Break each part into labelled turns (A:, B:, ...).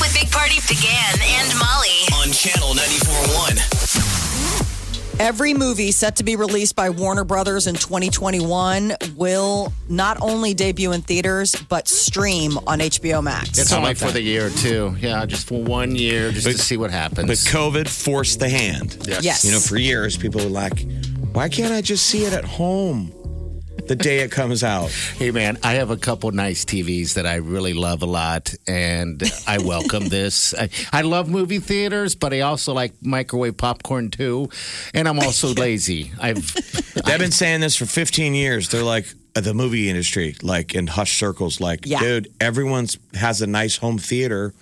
A: with Big Party began and Molly.
B: on channel 94.1.
C: Every movie set to be released by Warner Brothers in 2021 will not only debut in theaters, but stream on HBO Max.
D: It's
E: Something
D: only
E: like
D: for
E: that.
D: the year too. Yeah, just for one year, just to see what happens.
E: But COVID forced the hand.
C: Yes.
E: You know, for years, people were like, why can't I just see it at home the day it comes out?
D: Hey man, I have a couple nice TVs that I really love a lot, and I welcome this. I, I love movie theaters, but I also like microwave popcorn too, and I'm also lazy. I've
E: They've been saying this for 15 years. They're like, uh, the movie industry, like in hush circles, like,
C: Yeah.
E: dude, everyone's has a nice home theater.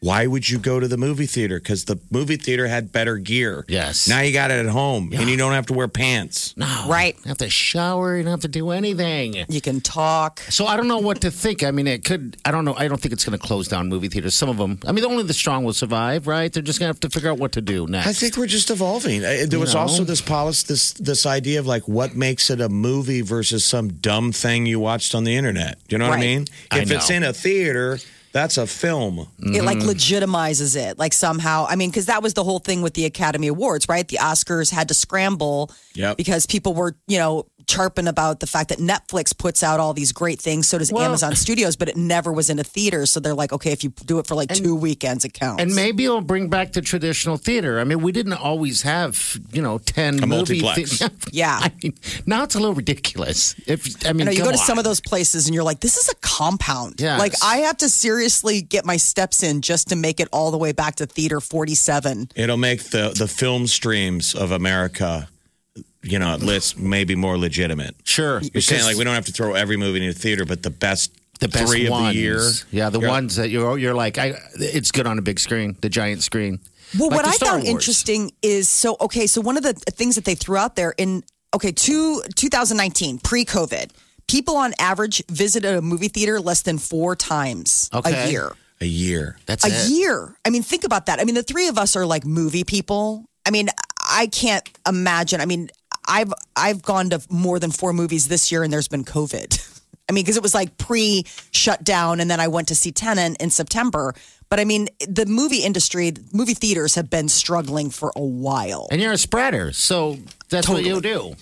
E: Why would you go to the movie theater? Because the movie theater had better gear.
D: Yes.
E: Now you got it at home and you don't have to wear pants.
C: right.
D: I have to shower, you don't have to do anything.
C: You can talk.
D: So I don't know what to think. I mean, it could. I don't know. I don't think it's going to close down movie theaters. Some of them. I mean, only the strong will survive, right? They're just going to have to figure out what to do next.
E: I think we're just evolving. Uh, There was
D: No.
E: also this policy, this this idea of like what makes it a movie versus some dumb thing you watched on the internet. Do you know what I
C: Right.
E: mean?
D: I
E: If it's
D: know.
E: in a theater, that's a film.
C: It like legitimizes it, like somehow. I mean, because that was the whole thing with the Academy Awards, right? The Oscars had to scramble
E: Yep.
C: because people were, you know, chirping about the fact that Netflix puts out all these great things. So does Amazon Studios, but it never was in a theater. So they're like, okay, if you do it for like two weekends, it counts.
D: And maybe it'll bring back the traditional theater. I mean, we didn't always have, you know, ten
E: A
D: movie
E: multiplex.
D: thea-
C: Yeah.
D: I mean, now it's a little ridiculous. If I mean,
C: I know you
D: come
C: go to
D: on.
C: some of those places and you're like, this is a compound.
D: Yes.
C: Like I have to seriously get my steps in just to make it all the way back to theater 47.
E: It'll make the the film streams of America, you know, at least maybe more legitimate.
D: sure.
E: You're
D: because
E: saying like we don't have to throw every movie into a theater, but the best
D: the best
E: three
D: ones,
E: of the year.
D: Yeah, the
E: You're-
D: ones that you're you're like, I, it's good on a big screen, the giant screen.
C: Well, what
D: Like the
C: I
D: Star
C: found
D: Wars.
C: interesting is so okay. So one of the things that they threw out there in okay, two, 2019 pre-COVID, people on average visited a movie theater less than four times a
D: Okay.
C: year.
E: a year.
D: That's
C: a
D: it.
C: year. I mean, think about that. I mean, the three of us are like movie people. I mean, I can't imagine. I mean, I've I've gone to more than four movies this year, and there's been COVID. I mean, because it was like pre shutdown, and then I went to see Tenant in September. But I mean, the movie industry, movie theaters have been struggling for a while.
D: And you're a spreader, so that's what you do.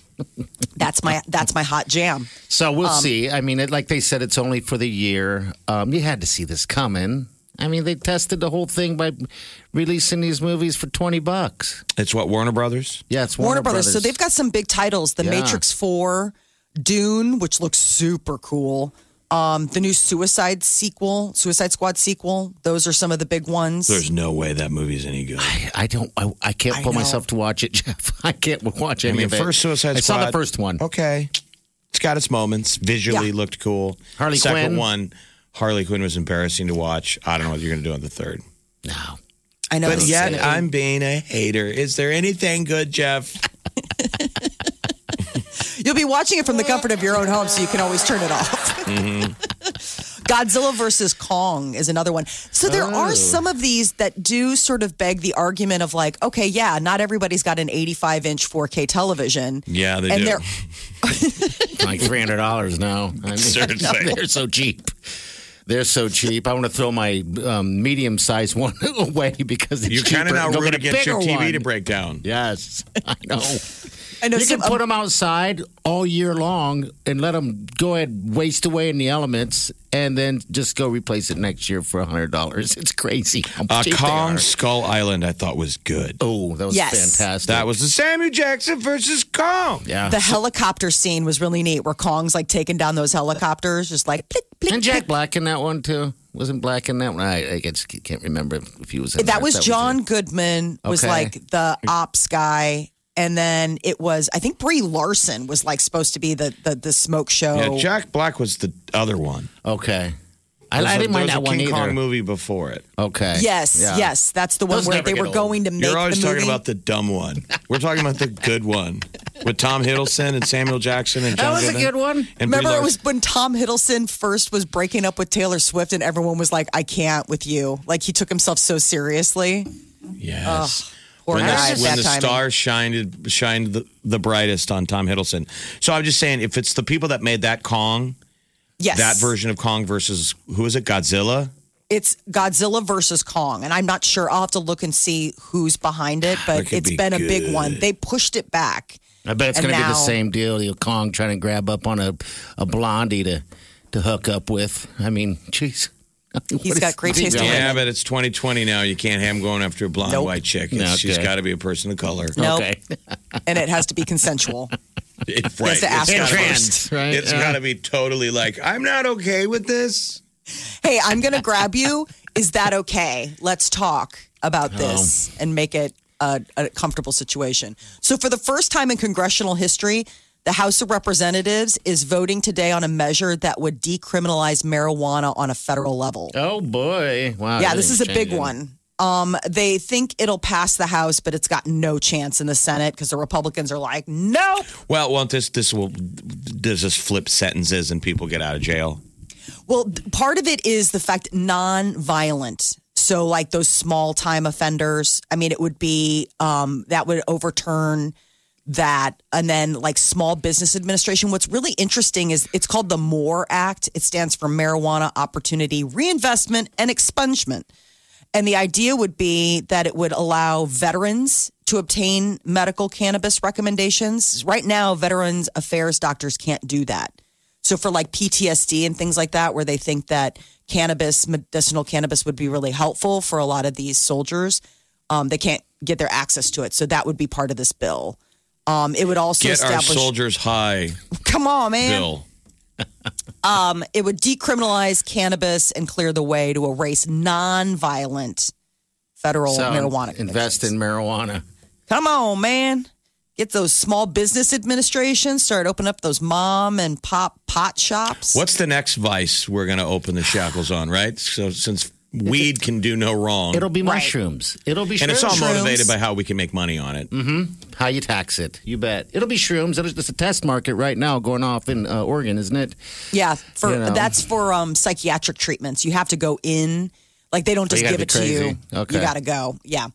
C: That's my that's my hot jam.
D: So we'll
C: Um,
D: see. I mean, it, like they said, it's only for the year. Um, you had to see this coming. I mean, they tested the whole thing by releasing these movies for twenty bucks.
E: It's what Warner Brothers.
D: Yeah, it's
C: Warner,
D: Warner,
C: Brothers. So they've got some big titles: The
D: Yeah.
C: Matrix Four, Dune, which looks super cool. Um, the new Suicide sequel, Suicide Squad sequel. Those are some of the big ones.
E: There's no way that movie's any good.
D: I don't. I, I can't
C: I
D: pull
C: know.
D: myself to watch it, Jeff. I can't watch
E: I
D: any
E: mean,
D: of it.
E: first Suicide
D: I
E: Squad. Oh.
D: saw the first one.
E: Okay, it's got its moments. Visually
C: Yeah.
E: looked cool.
D: Harley
E: Second
D: Quinn.
E: one, Harley Quinn was embarrassing to watch. I don't know what you're going to do on the third.
D: No.
C: I know.
E: But
C: it's
E: yet,
C: gonna be-
E: I'm being a hater. Is there anything good, Jeff?
C: you'll be watching it from the comfort of your own home, so you can always turn it off. Godzilla versus Kong is another one. So there are some of these that do sort of beg the argument of like, okay, yeah, not everybody's got an 85 inch 4K television.
E: Yeah, they
C: and
E: do.
C: they're
D: like three hundred dollars now. I mean,
E: Seriously.
D: they're so cheap. They're so cheap. I want to throw my um, medium-sized one away because it's
E: You're kind of
D: cheaper.
E: now
D: Go
E: rooting
D: get a
E: against your
D: bigger
E: TV
D: one.
E: to break down.
D: Yes, I know.
C: I know
D: You can
C: some-
D: put them outside all year long and let them go ahead waste away in the elements, and then just go replace it next year for hundred dollars. It's crazy. How
E: Uh,
D: cheap they
E: Kong
D: are.
E: Skull Island, I thought was good.
D: Oh, that was
C: Yes.
D: fantastic.
E: That was the Samuel Jackson versus Kong.
D: yeah.
C: The helicopter scene was really neat, where Kong's like taking down those helicopters, just like blick, blick,
D: and Jack Black in that one too. Wasn't Black in that one? I, I just can't remember if he was. In
C: blick. That
D: there.
C: was John
D: it.
C: Goodman was
D: Okay.
C: like the ops guy, and then it was I think Brie Larson Oh. was like supposed to be the the, the smoke show.
E: Yeah, Jack Black was the other one.
D: Okay. I, I
E: There's a-
D: didn't mind
E: there's
D: that
E: a
D: one
E: King
D: either.
E: Kong movie before it.
D: Okay.
C: Yes,
D: Yeah.
C: yes, that's the one
D: Those
C: where
D: never
C: they
D: get
C: were
D: old.
C: going to make.
E: You're always
C: the
E: talking
C: movie.
E: about the dumb one. We're talking about the good one with Tom Hiddleston and Samuel Jackson and
D: That
E: John
D: was a
E: Goodman
D: good one.
E: And Brie
C: Remember, it was when
E: Larson.
C: Tom Hiddleston first was breaking up with Taylor Swift, and everyone was like, "I can't with you." Like he took himself so seriously.
E: yes.
C: Oh, Poor
E: when the,
C: guy. at
E: when
C: that
E: the
C: time.
E: star shined shined the, the brightest on Tom Hiddleston. So I'm just saying, if it's the people that made that Kong,
C: yes,
E: that version of Kong versus who is it, Godzilla?
C: It's Godzilla versus Kong, and I'm not sure. I'll have to look and see who's behind it,
E: That
C: but
E: could
C: it's
E: be
C: been a big
E: good.
C: one. They pushed it back.
D: I bet it's
C: And
D: going to be the
C: now-
D: same deal. You Kong trying to grab up on a, a blondie to to hook up with. I mean, jeez.
C: He's got great taste in
D: Yeah.
E: Yeah, but it's 2020 now. You can't have him going after a blonde
C: Nope.
E: white chick.
D: No,
E: It's- She's
D: okay.
E: got to be a person of color.
C: Nope.
D: Okay.
C: and it has to be consensual.
E: It's
C: has to ask
D: And
E: It's
C: Got it.
D: trans, right?
E: It's
D: Yeah.
E: got to be totally like, I'm not okay with this.
C: hey, I'm going to grab you. Is that okay? Let's talk about
E: Oh.
C: this and make it a, a comfortable situation. So, for the first time in congressional history, the House of Representatives is voting today on a measure that would decriminalize marijuana on a federal level.
D: Oh boy! Wow.
C: yeah,
D: that
C: this is a big
D: changing.
C: one. Um, they think it'll pass the House, but it's got no chance in the Senate because the Republicans are like, nope.
E: Well, won't this this will does this flip sentences and people get out of jail?
C: Well, th- part of it is the fact non-violent. So, like those small time offenders. I mean, it would be um, that would overturn that, and then like Small Business Administration. What's really interesting is it's called the MORE Act. It stands for Marijuana Opportunity Reinvestment and Expungement. And the idea would be that it would allow veterans to obtain medical cannabis recommendations. Right now, Veterans Affairs doctors can't do that. So, for like PTSD and things like that, where they think that cannabis, medicinal cannabis, would be really helpful for a lot of these soldiers, um, they can't get their access to it. So, that would be part of this bill. Um, it would also
E: Get our
C: establish.
E: soldiers high
C: come on, man
E: bill.
C: it would decriminalize cannabis and clear the way to erase non-violent federal
D: So
C: marijuana.
D: invest
C: convictions. Mm-hmm.
D: in marijuana.
C: Come on, man. Get those small business administrations. Start opening up those mom and pop pot shops.
E: What's the next vice we're going to open the shackles on? Right. So since weed can do no wrong,
D: It'll be
C: Right.
D: mushrooms. It'll be
E: and it's all
D: shrooms.
E: motivated by how we can make money on it.
D: how you tax it. You bet. It'll be shrooms. It'll- It's a test market right now going off in uh, Oregon, isn't it?
C: Yeah, for
D: You know.
C: that's for um, psychiatric treatments. You have to go in. Like they don't
D: Oh,
C: just
D: you
C: give
D: gotta
C: it
D: be
C: to you.
D: crazy. Okay.
C: You got to go. Yeah.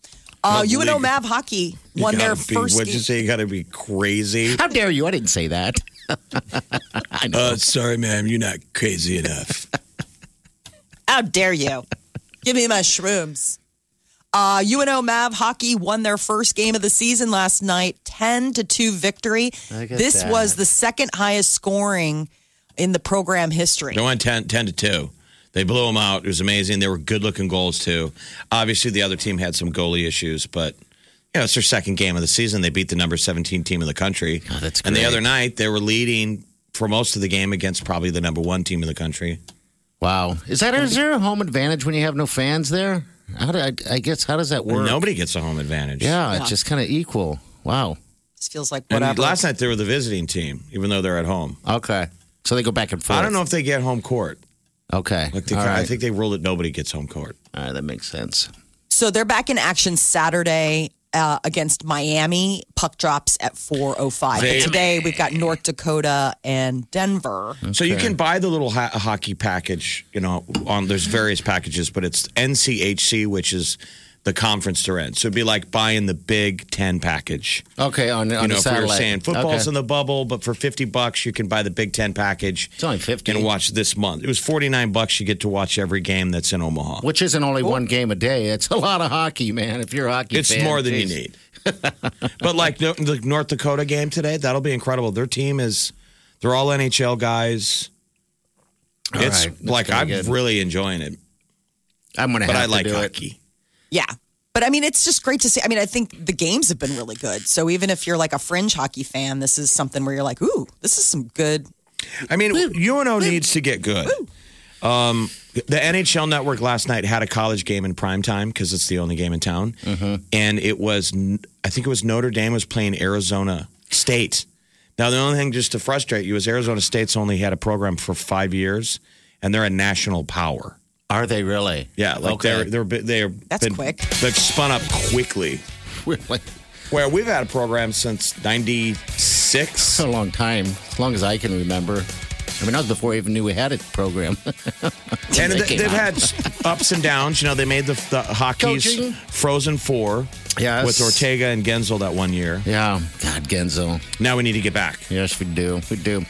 C: Uh,
E: Not
C: UNO
E: legal.
C: Mav hockey won
E: You
C: their
E: gotta be-
C: first.
E: What'd you say? You got to be crazy.
D: How dare you? I didn't say that.
E: Uh, sorry, ma'am, you're not crazy enough.
C: How dare you? Give me my shrooms. Uh, UNO Mav hockey won their first game of the season last night, 10 to 2 victory.
D: Look at
C: This
D: that.
C: was the second highest scoring in the program history.
E: They went 10, 10 to 2. They blew them out. It was amazing. They were good looking goals, too. Obviously, the other team had some goalie issues, but. You know, it's their second game of the season. They beat the number 17 team in the country.
D: Oh, that's
E: And the
D: great.
E: other night, they were leading for most of the game against probably the number one team in the country.
D: Wow. Is that is there a home advantage when you have no fans there? How do I, I guess how does that work?
E: Nobody gets a home advantage.
D: Yeah, it's just kind of equal. Wow.
C: This feels like
E: And
C: whatever.
E: last night, they were the visiting team, even though they're at home.
D: Okay. So they go back and forth.
E: I don't know if they get home court.
D: Okay.
E: Like they,
D: All
E: I
D: right.
E: think they ruled that nobody gets home court.
D: All right, that makes sense.
C: so they're back in action Saturday uh, against Miami. Puck drops at 4.05.
E: They-
C: But today we've got North Dakota and Denver.
E: So you can buy the little ho- hockey package, you know, on there's various packages, but it's NCHC, which is the conference they're in. So it'd be like buying the Big Ten package.
D: Okay, on,
E: You
D: on
E: know,
D: the
E: if we were
D: satellite.
E: saying football's
D: okay.
E: in the bubble, but for fifty bucks you can buy the Big Ten package
D: It's only 50.
E: and watch this month. It was forty nine bucks you get to watch every game that's in Omaha.
D: Which isn't only one game a day. It's a lot of hockey, man. If you're a hockey
E: It's
D: fan,
E: more than
D: geez.
E: you need. but like the, the North Dakota game today, that'll be incredible. Their team is they're all NHL guys.
D: All
E: it's
D: right, that's
E: like
D: kinda
E: I'm
D: good.
E: really enjoying it.
D: I'm gonna
E: But
D: have
E: I
D: to
E: like
D: do it.
E: hockey.
C: Yeah. But I mean, it's just great to see. I mean, I think the games have been really good. So even if you're like a fringe hockey fan, this is something where you're like, ooh, this is some good.
E: I mean, UNO needs to get good. Um, the NHL Network last night had a college game in prime time because it's the only game in town,
D: Uh-huh.
E: and it was I think it was Notre Dame was playing Arizona State. Now the only thing just to frustrate you is Arizona State's only had a program for five years, and they're a national power.
D: Are they really?
E: Yeah, like
D: okay.
E: they're they're bi- they're
C: That's
E: been-
C: quick.
E: They've spun up quickly.
D: Really?
E: Where we've had a program since '96.
D: It's a long time, as long as I can remember. I mean, that was before I even knew we had a program.
E: And
D: They
E: they,
D: came
E: they've
D: out.
E: had ups and downs. You know, they made the, the hockey's
D: Coaching.
E: Frozen Four
D: Yes.
E: with Ortega and Genzel that one year.
D: yeah, God, Genzo.
E: Now we need to get back.
D: Yes, we do. We do.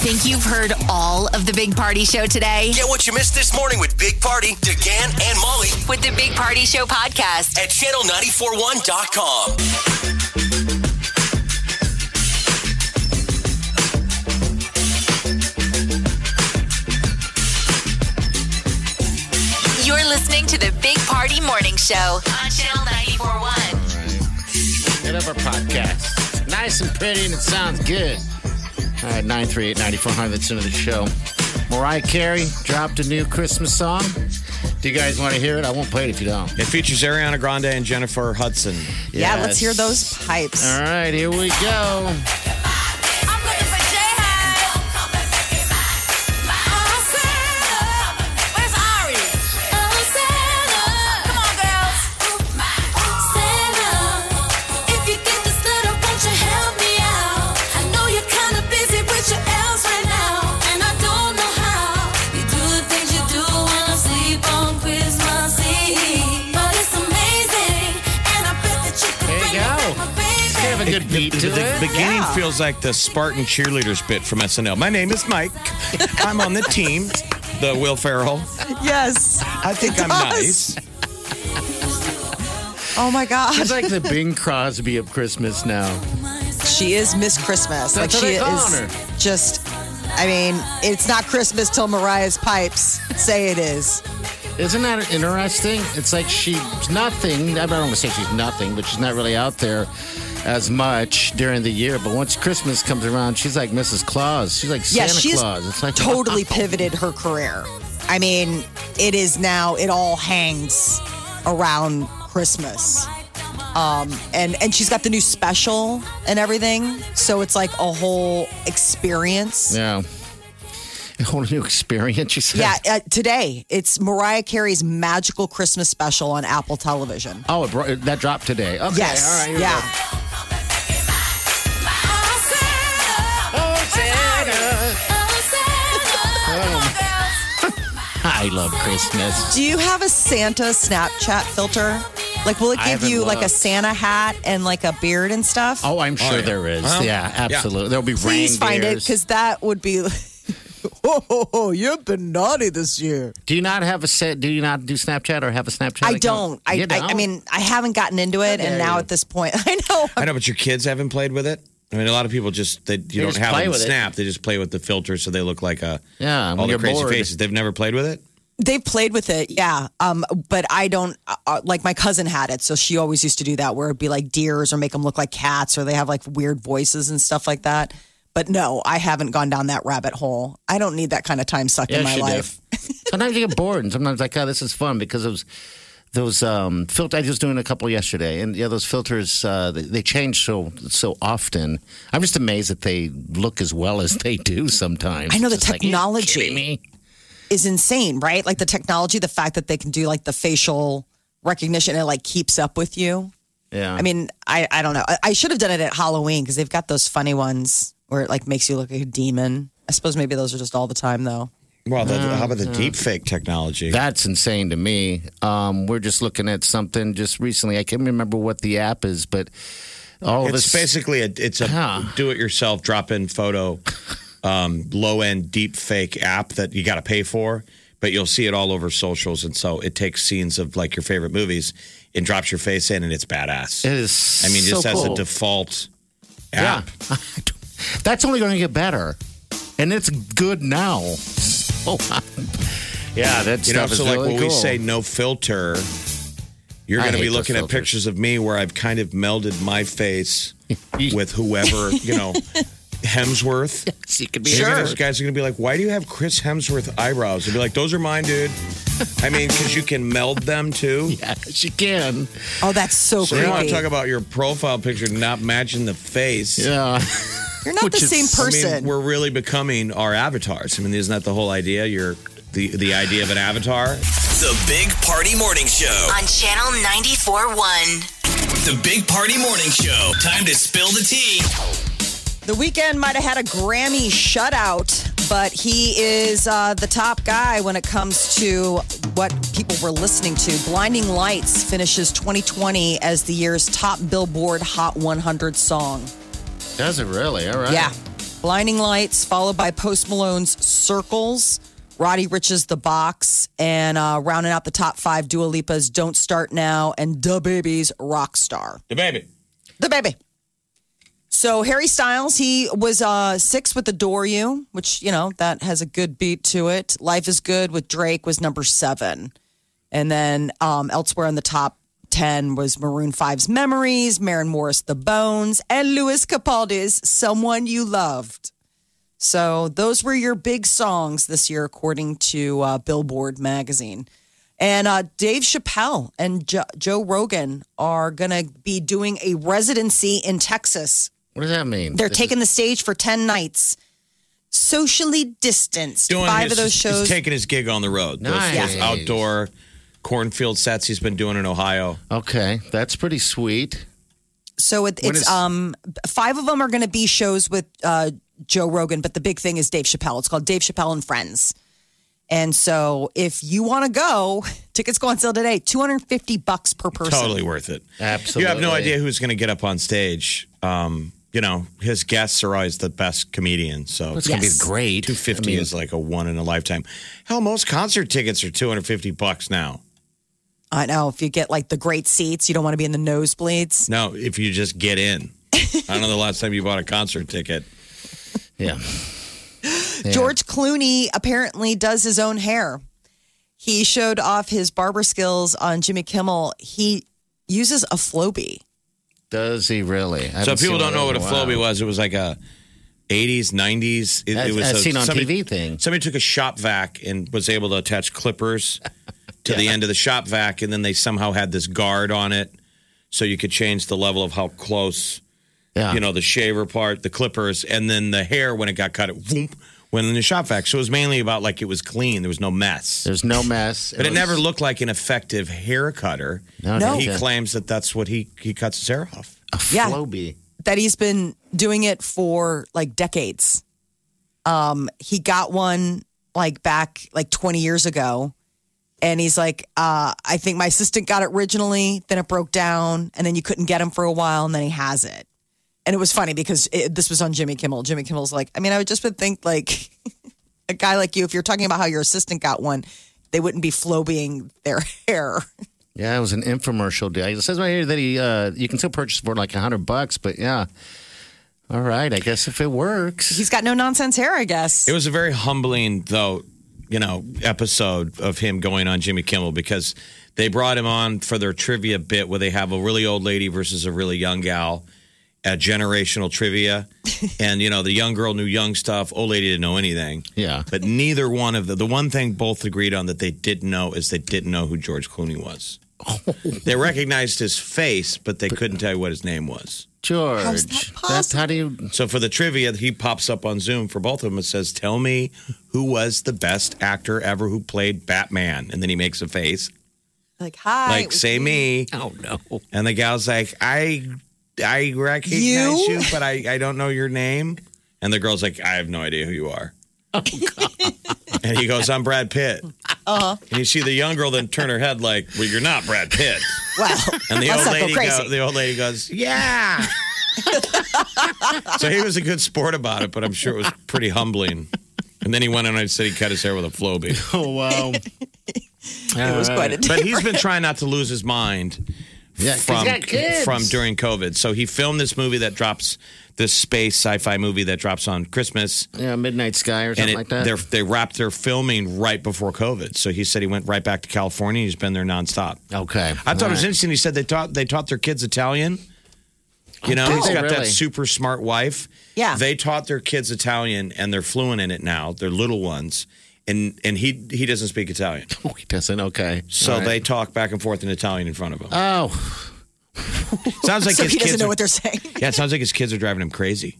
A: Think you've heard all of the Big Party Show today?
B: Get what you missed this morning with Big Party, DeGan, and Molly
A: With the Big Party Show podcast.
B: at channel941.com.
A: You're listening to the Big Party Morning Show on Channel 941.
D: Get up our podcast. It's nice and pretty, and it sounds good. All right, 938 9400, that's into the show. Mariah Carey dropped a new Christmas song. Do you guys want to hear it? I won't play it if you don't.
E: It features Ariana Grande and Jennifer Hudson.
C: Yeah,
D: Yes.
C: let's hear those pipes.
D: All right, here we go.
A: I'm looking for J-Hide. Oh, Santa. Where's Ari? Oh, Santa. Come on, girls. Santa, if you get this letter, won't you help me out? I know you're kinda busy with your elves right now, and I don't know how. You do the things you do when I sleep on Christmas Eve. But it's amazing, and I bet that you could
D: There you
A: bring it
D: go.
A: back, my baby.
D: It's kind of a good beat to
E: The, the
D: it.
E: beginning
C: Yeah.
E: feels like the Spartan cheerleaders bit from SNL. My name is Mike. I'm on the team. The Will Ferrell.
C: Yes.
E: I think I'm
C: does.
E: nice.
C: Oh my
D: It's
C: God.
D: like the Bing Crosby of Christmas now.
C: She is Miss Christmas.
D: That's
C: like
D: what
C: she
D: they call
C: is
D: her.
C: just. I mean, it's not Christmas till Mariah's pipes say it is.
D: Isn't that interesting? It's like she's nothing. I don't want to say she's nothing, but she's not really out there as much during the year. But once Christmas comes around, she's like Mrs. Claus. She's like
C: Yeah,
D: Santa
C: she's
D: Claus. It's like
C: totally pivoted her career. I mean, it is now it all hangs around Christmas. Um, and and she's got the new special and everything, so it's like a whole experience.
D: Yeah. A whole new experience, you said.
C: Yeah, uh, today it's Mariah Carey's magical Christmas special on Apple Television.
D: Oh, it brought, that dropped today. Okay.
C: Yes,
D: All right. here we
C: yeah.
D: go.
A: Oh, Santa.
D: I love Christmas.
C: Do you have a Santa Snapchat filter? Like, will it
D: I
C: give you
D: haven't
C: like a
D: looked.
C: Santa hat and like a beard and stuff?
D: Oh, I'm sure
E: yeah.
D: there is.
E: Well,
D: yeah,
E: yeah.
D: absolutely. There'll be
C: Please find it
D: reindeers.
C: because that would be. oh, you've been naughty this year.
D: Do you not have a set? Do you not do Snapchat or have a Snapchat?
C: I
D: account?
C: don't. I,
D: You
C: I, I
D: don't?
C: mean, I haven't gotten into it,
D: dare
C: and now
D: you.
C: at this point, I know.
E: I know, but your kids haven't played with it. I mean, a lot of people just they you don't
D: just
E: have
D: play
E: them
D: with it.
E: snap. They just play with the filter, so they look like a
D: Yeah, when
E: all the
D: you're
E: crazy
D: bored.
E: faces. They've never played with it.
C: They've played with it, yeah. Um, but I don't. Uh, uh, like my cousin had it, so she always used to do that, where it'd be like deers or make them look like cats, or they have like weird voices and stuff like that. But no, I haven't gone down that rabbit hole. I don't need that kind of time sucked in my
D: you
C: life.
D: do. sometimes you get bored, and sometimes like, oh, this is fun because it was those um, filter. I was doing a couple yesterday, and yeah, those filters uh, they, they change so so often. I'm just amazed that they look as well as they do sometimes.
C: I know the
D: It's just like, "Are you
C: technology.
D: kidding me?
C: is insane, right? Like the technology, the fact that they can do like the facial recognition and it like keeps up with you.
D: Yeah,
C: I mean, I, I don't know. I, I should have done it at Halloween because they've got those funny ones where it like makes you look like a demon. I suppose maybe those are just all the time though.
E: Well, the, how about the deep fake technology?
D: That's insane to me. Um, we're just looking at something just recently. I can't remember what the app is, but all of
E: it's
D: us.
E: basically a it's a
D: Huh.
E: do-it-yourself drop-in photo, um, low-end deep fake app that you got to pay for, but you'll see it all over socials, and so it takes scenes of like your favorite movies and drops your face in, and it's badass.
D: it is.
E: I mean,
D: so
E: just as
D: cool.
E: a default
D: Yeah.
E: app.
D: That's only going to get better. And it's good now. So,
E: Oh,
D: yeah, that
E: You know,
D: stuff is
E: so like
D: really
E: when
D: cool.
E: we say no filter, you're
D: I
E: going to
D: hate
E: be
D: those
E: looking at
D: filters.
E: pictures of me where I've kind of melded my face with whoever, you know, Hemsworth.
D: So you could be
E: Sure. Those guys are going to be like, why do you have Chris Hemsworth eyebrows? I'd be like, those are mine, dude. I mean, because you can meld them too.
D: Yes, you can.
C: Oh, that's so,
E: So you want
C: creepy.
E: to talk about your profile picture not matching the face.
D: Yeah.
C: You're not
D: Which
C: the
D: is-
C: same
D: I
E: I mean,
C: person.
E: we're really becoming our avatars. I mean, isn't that the whole idea? You're the the idea of an avatar.
B: The Big Party Morning Show.
A: On Channel 94.1.
B: The Big Party Morning Show. Time to spill the tea.
C: The weekend might have had a Grammy shutout, but he is uh, the top guy when it comes to what people were listening to. Blinding Lights finishes 2020 as the year's top Billboard Hot 100 song.
D: Does it really? All right.
C: Yeah. Blinding Lights, followed by Post Malone's Circles, Roddy Rich's The Box, and uh, rounding out the top five, Dua Lipa's Don't Start Now and Da Baby's Rockstar.
E: The baby.
C: The baby. So Harry Styles, he was uh, six with Adore You, which, you know, that has a good beat to it. Life is Good with Drake was number seven. And then um, elsewhere in the top 10 was Maroon 5's Memories, Maren Morris, The Bones, and Louis Capaldi's Someone You Loved. So those were your big songs this year, according to uh, Billboard magazine. And uh, Dave Chappelle and jo- Joe Rogan are going to be doing a residency in Texas.
D: What does that mean?
C: They're
D: This
C: taking the stage for 10 nights, socially distanced.
E: Doing
C: Five
E: his,
C: of those shows.
E: He's taking his gig on the road. Those-
D: Nice.
E: Those, outdoor cornfield sets he's been doing in Ohio.
D: is- okay, that's pretty sweet.
C: So it,
D: When
C: it's
D: is-
C: um five of them are going to be shows with uh, Joe Rogan, but the big thing is Dave Chappelle. It's called Dave Chappelle and Friends. And so if you want to go, tickets go on sale today. Two hundred fifty bucks per person.
E: Totally worth it.
D: Absolutely.
E: You have no idea who's going to get up on stage. Um, you know, his guests are always the best comedians. So
D: It's gonna
C: Yes.
D: be great.
E: 250
D: I mean,
E: is like a one in a lifetime. Hell, most concert tickets are 250 bucks now.
C: I know. If you get like the great seats, you don't want to be in the nosebleeds.
E: No, if you just get in. I don't know the last time you bought a concert ticket.
D: yeah.
C: George Clooney apparently does his own hair. He showed off his barber skills on Jimmy Kimmel. He uses a Flowbee.
D: Does he really? I
E: So
D: haven't
E: if people
D: seen
E: don't know
D: one
E: what a
D: in
E: flow
D: while.
E: was. It was like a 80s, 90s. It,
D: I've-
E: it was
D: I've
E: a-
D: seen on TV thing.
E: Somebody took a shop vac and was able to attach clippers to the end of the shop vac, and then they somehow had this guard on it, so you could change the level of how close
D: Yeah.
E: you know the shaver part, the clippers, and then the hair when it got cut, it whoomp, went in the shop vac. So it was mainly about like it was clean, there was no mess.
D: There's no mess.
E: But it
D: was-
E: never looked like an effective hair cutter.
D: No,
C: No.
D: no.
E: He
D: yeah.
E: claims that that's what he he cuts his hair off.
D: a
C: Yeah.
D: Flowbee.
C: that he's been doing it for like decades. Um, he got one like back like 20 years ago. And he's like, uh, I think my assistant got it originally, then it broke down, and then you couldn't get him for a while, and then he has it. And it was funny because it, this was on Jimmy Kimmel. Jimmy Kimmel's like, I mean, I would just would think like a guy like you, if you're talking about how your assistant got one, they wouldn't be flowing their hair.
D: Yeah, it was an infomercial deal. It says right here that he uh, you can still purchase for like a hundred bucks, but yeah. All right, I guess if it works.
C: He's got no nonsense hair, I guess.
E: It was a very humbling, though, you know, episode of him going on Jimmy Kimmel because they brought him on for their trivia bit where they have a really old lady versus a really young gal at generational trivia. and, you know, the young girl knew young stuff, old lady didn't know anything.
D: Yeah.
E: But neither one of the the one thing both agreed on that they didn't know is they didn't know who George Clooney was. they recognized his face, but they couldn't tell you what his name was.
D: George.
C: How's that
D: That's how do you
E: So for the trivia, he pops up on Zoom for both of them and says, "Tell me who was the best actor ever who played Batman." And then he makes a face
C: like, hi. it
E: like,
C: was
E: "Say me."
D: Oh no.
E: And the gal's like, "I, I recognize
C: You?
E: you, but I, I don't know your name." And the girl's like, "I have no idea who you are."
C: Oh,
E: and he goes, "I'm Brad Pitt." Uh
C: Uh-huh.
E: huh. And you see the young girl then turn her head like, "Well, you're not Brad Pitt."
C: Wow.
E: And the
C: Let's not
E: old
C: go
E: lady,
C: crazy.
E: go, the old lady goes, "Yeah." so he was a good sport about it, but I'm sure it was pretty humbling. And then he went on and said he cut his hair with a flow beat.
D: Oh wow. it
C: It was quite a
E: But he's been trying not to lose his mind
D: Yeah, 'cause
E: from
D: he got kids.
E: from during COVID. So he filmed this movie that drops this space sci-fi movie that drops on Christmas,
D: yeah, Midnight Sky or
E: and
D: something
E: it,
D: like that.
E: they're, they wrapped their filming right before COVID. So he said he went right back to California. He's been there nonstop.
D: Okay.
E: I thought
D: All
E: it was
D: right.
E: interesting. He said they taught they taught their kids Italian. You know,
D: did
E: he's
D: they
E: got that
D: really?
E: super smart wife.
C: Oh, Yeah.
E: they taught their kids Italian, and they're fluent in it now. They're little ones, and and he he doesn't speak Italian,
D: Oh, he doesn't. Okay.
E: so
D: All right.
E: they talk back and forth in Italian in front of him.
D: Oh,
E: sounds like
C: so
E: his
C: he
E: kids
C: doesn't know
E: are,
C: what they're saying.
E: yeah, it sounds like his kids are driving him crazy.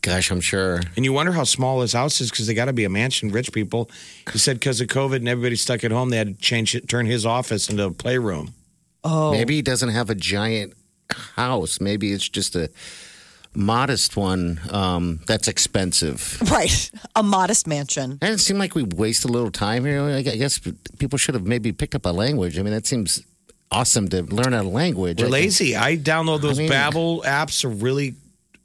D: Gosh, I'm sure.
E: And you wonder how small his house is because they got to be a mansion, rich people. He said because of COVID and everybody stuck at home, they had to change it, turn his office into a playroom.
C: Oh.
D: Maybe he doesn't have a giant house. Maybe it's just a modest one um, that's expensive.
C: Right. A modest mansion.
D: And it seemed like we wasted a little time here. I gu- I guess people should have maybe picked up a language. I mean, that seems awesome to learn a language.
E: We're
D: I think-
E: lazy. I download those
D: I mean-
E: Babbel apps; are really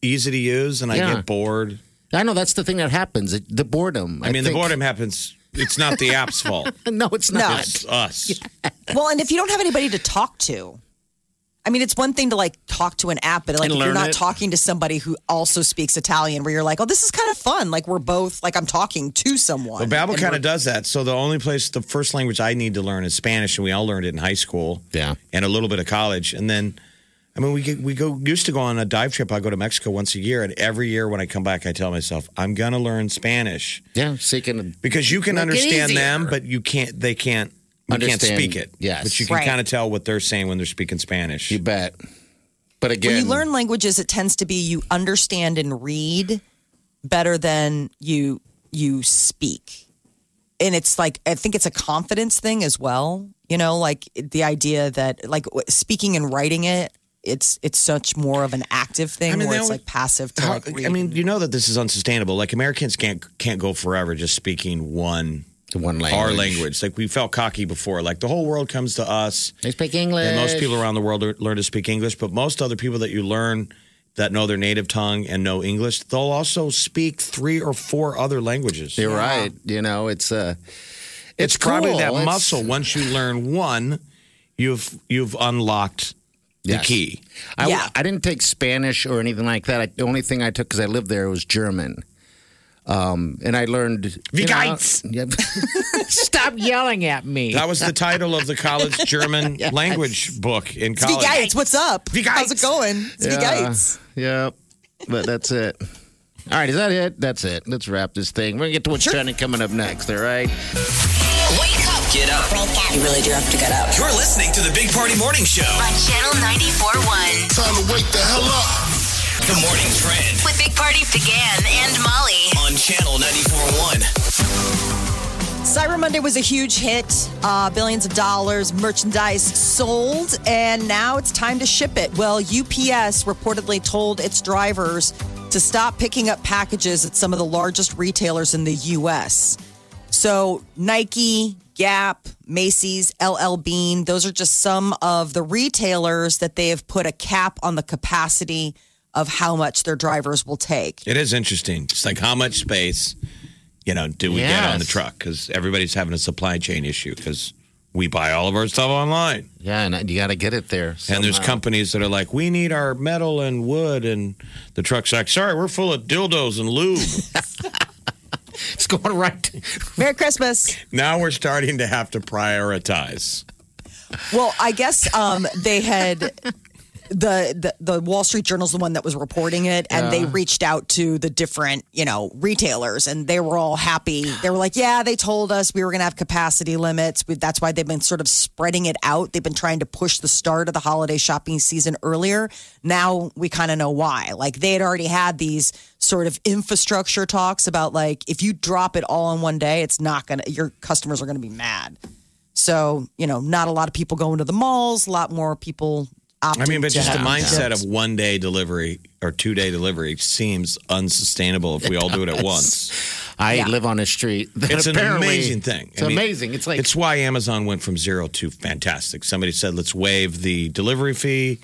E: easy to use, and I
D: Yeah.
E: get bored.
D: I know that's the thing that happens. it- The boredom.
E: I, mean, the
D: think-
E: boredom happens. It's not the app's fault.
D: No, it's not.
E: It's us.
C: Well, and if you don't have anybody to talk to, I mean, it's one thing to like talk to an app, but like
D: And
C: if you're
D: learn
C: not
D: it.
C: talking to somebody who also speaks Italian, where you're like, oh, this is kind of fun. Like we're both like I'm talking to someone.
E: Well, Babbel kind of does that. So the only place, the first language I need to learn is Spanish, and we all learned it in high school.
D: Yeah.
E: and a little bit of college, and then, I mean, we get, we go used to go on a dive trip. I go to Mexico once a year, and every year when I come back, I tell myself I'm gonna learn Spanish
D: Yeah, seeking.
E: because you can
D: Make it
E: understand
D: easier.
E: them, but you can't. They can't. You can't
D: Understand,
E: speak it.
D: yes.
E: but you can
C: Right.
E: kind of tell what they're saying when they're speaking Spanish.
D: You bet. But again,
C: when you learn languages, it tends to be you understand and read better than you you speak, and it's like I think it's a confidence thing as well. You know, like the idea that like w- speaking and writing it, it's it's such more of an active thing
E: I mean,
C: where
E: they
C: it's
E: always-
C: like passive to
E: How-
C: like read.
E: I mean, you know that this is unsustainable. Like Americans can't can't go forever just speaking one
D: one language.
E: our language. Like we felt cocky before. Like the whole world comes to us.
D: They speak English.
E: And most people around the world are- learn to speak English, but most other people that you learn that know their native tongue and know English, they'll also speak three or four other languages.
D: You're right. You know, it's uh,
E: It's, probably
D: cool.
E: that
D: It's-
E: muscle. Once you learn one, you've you've unlocked the
D: Yes.
E: key.
D: I,
C: Yeah.
D: I didn't take Spanish or anything like that. I, the only thing I took because I lived there was German. Um, and I learned.
E: Wie
D: you know,
E: geht's?
D: yeah. Stop yelling at me.
E: That was the title of the college German language book in
C: Wie
E: college.
C: geht's? What's up?
E: Wie
C: How's
E: geht's?
C: it going? It's Wie geht's?
D: Yeah. But that's it. All right, is that it? That's it. Let's wrap this thing. We're going to get to what's trending coming up next, all right?
A: Wake up.
B: Get up.
A: You really do have to get up.
B: You're listening to the Big Party Morning Show.
A: On Channel 94.1
F: Time to wake the hell up.
B: The Morning Trend
A: with Big Party began and Molly.
B: on Channel 94.1.
C: Cyber Monday was a huge hit, uh, billions of dollars, merchandise sold, and now it's time to ship it. Well, UPS reportedly told its drivers to stop picking up packages at some of the largest retailers in the U.S. So, Nike, Gap, Macy's, LL Bean, those are just some of the retailers that they have put a cap on the capacity of how much their drivers will take.
E: It is interesting. It's like how much space, you know, do we get on the
D: Yes.
E: truck? Because everybody's having a supply chain issue because we buy all of our stuff online.
D: Yeah, and you got to get it there.
E: And there's
D: somehow.
E: companies that are like, we need our metal and wood. And the truck's like, sorry, we're full of dildos and lube.
D: It's going right.
C: Merry Christmas.
E: now we're starting to have to prioritize.
C: Well, I guess um, they had the, the the Wall Street Journal's the one that was reporting it, and they reached out to the different you know retailers, and they were all happy. They were like, "Yeah, they told us we were going to have capacity limits. We, that's why they've been sort of spreading it out. They've been trying to push the start of the holiday shopping season earlier. Now we kind of know why. Like they had already had these sort of infrastructure talks about like if you drop it all in one day, it's not gonna your customers are going to be mad." So, you know, not a lot of people going to the malls, a lot more people opting
E: I mean, but
C: to
E: just the
C: have
E: mindset of one day delivery or two day delivery seems unsustainable if we all do it at once.
D: I live on a street. that
E: It's an
D: apparently-
E: amazing thing.
D: It's
E: I mean,
D: amazing. It's like
E: it's why Amazon went from zero to fantastic. Somebody said, let's waive the delivery fee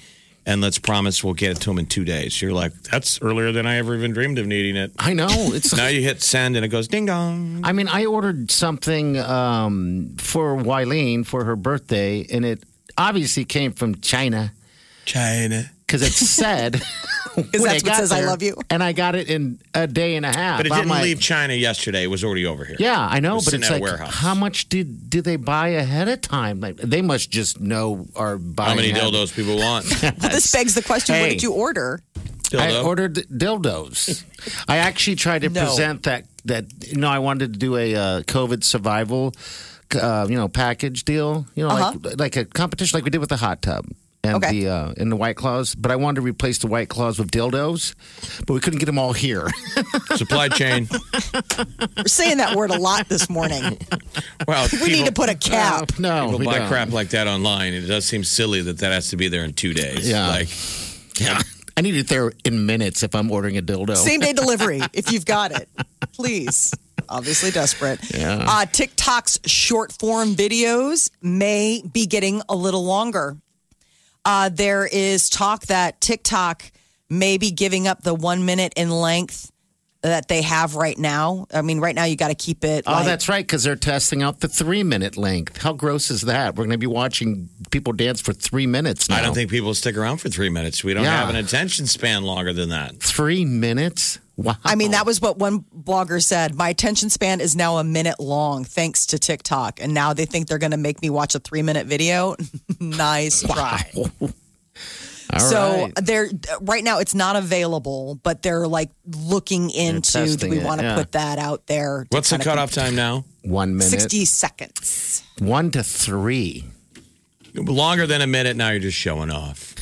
E: and let's promise we'll get it to them in two days. You're like, that's earlier than I ever even dreamed of needing it.
D: I know. It's
E: Now you hit send and it goes ding dong.
D: I mean, I ordered something um, for Wileen for her birthday, and it obviously came from China
E: China.
D: because it said. Because
C: that's what says, "I love you."
D: And I got it in a day and a half.
E: But it
D: I'm
E: didn't
D: like,
E: leave China yesterday. It was already over here.
D: Yeah, I know,
E: It was
D: but
E: sitting
D: it's
E: at a
D: like,
E: warehouse.
D: how much did do they buy ahead of time? Like, they must just know our buying.
E: How many
D: habits.
E: dildos people want?
C: But this begs the question what
D: Hey.
C: did you order?
D: I
E: Dildo?
D: ordered dildos. I actually tried to
C: No.
D: present that that you know I wanted to do a uh, COVID
E: Uh-huh.
D: survival, uh, you know, package deal. You know, like like a competition like we did with the hot tub. and
C: Okay.
D: the uh, and the White Claws. But I wanted to replace the White Claws with dildos, but we couldn't get them all here.
E: Supply chain.
C: We're saying that word a lot this morning.
E: Well,
C: We need to put a cap.
D: no,
E: Oh. People
D: Oh, we
E: buy
D: don't.
E: crap like that online. It does seem silly that that has to be there in two days.
D: Yeah.
E: Like,
D: Yeah. I need it there in minutes if I'm ordering a dildo.
C: Same day delivery if you've got it. Please. Obviously desperate.
D: Yeah.
C: Uh, TikTok's short form videos may be getting a little longer. Uh, there is talk that TikTok may be giving up the one minute in length that they have right now. I mean, right now you got to keep it.
D: Oh,
C: like-
D: that's right, because they're testing out the three minute length. How gross is that? We're going to be watching people dance for three minutes now.
E: I don't think people stick around for three minutes. We don't
D: Yeah.
E: have an attention span longer than that.
D: three minutes. Wow.
C: I mean, that was what one blogger said. My attention span is now a minute long thanks to TikTok. And now they think they're going to make me watch a three minute video. nice try.
D: All
C: so
D: right.
C: they're right now it's not available, but they're like looking into do
D: testing
C: we
D: it,
C: want to
D: yeah.
C: put that out there? to
E: What's the
C: kinda-
E: cutoff time now?
D: one minute,
C: Sixty seconds.
D: one to three.
E: Longer than a minute. Now you're just showing off.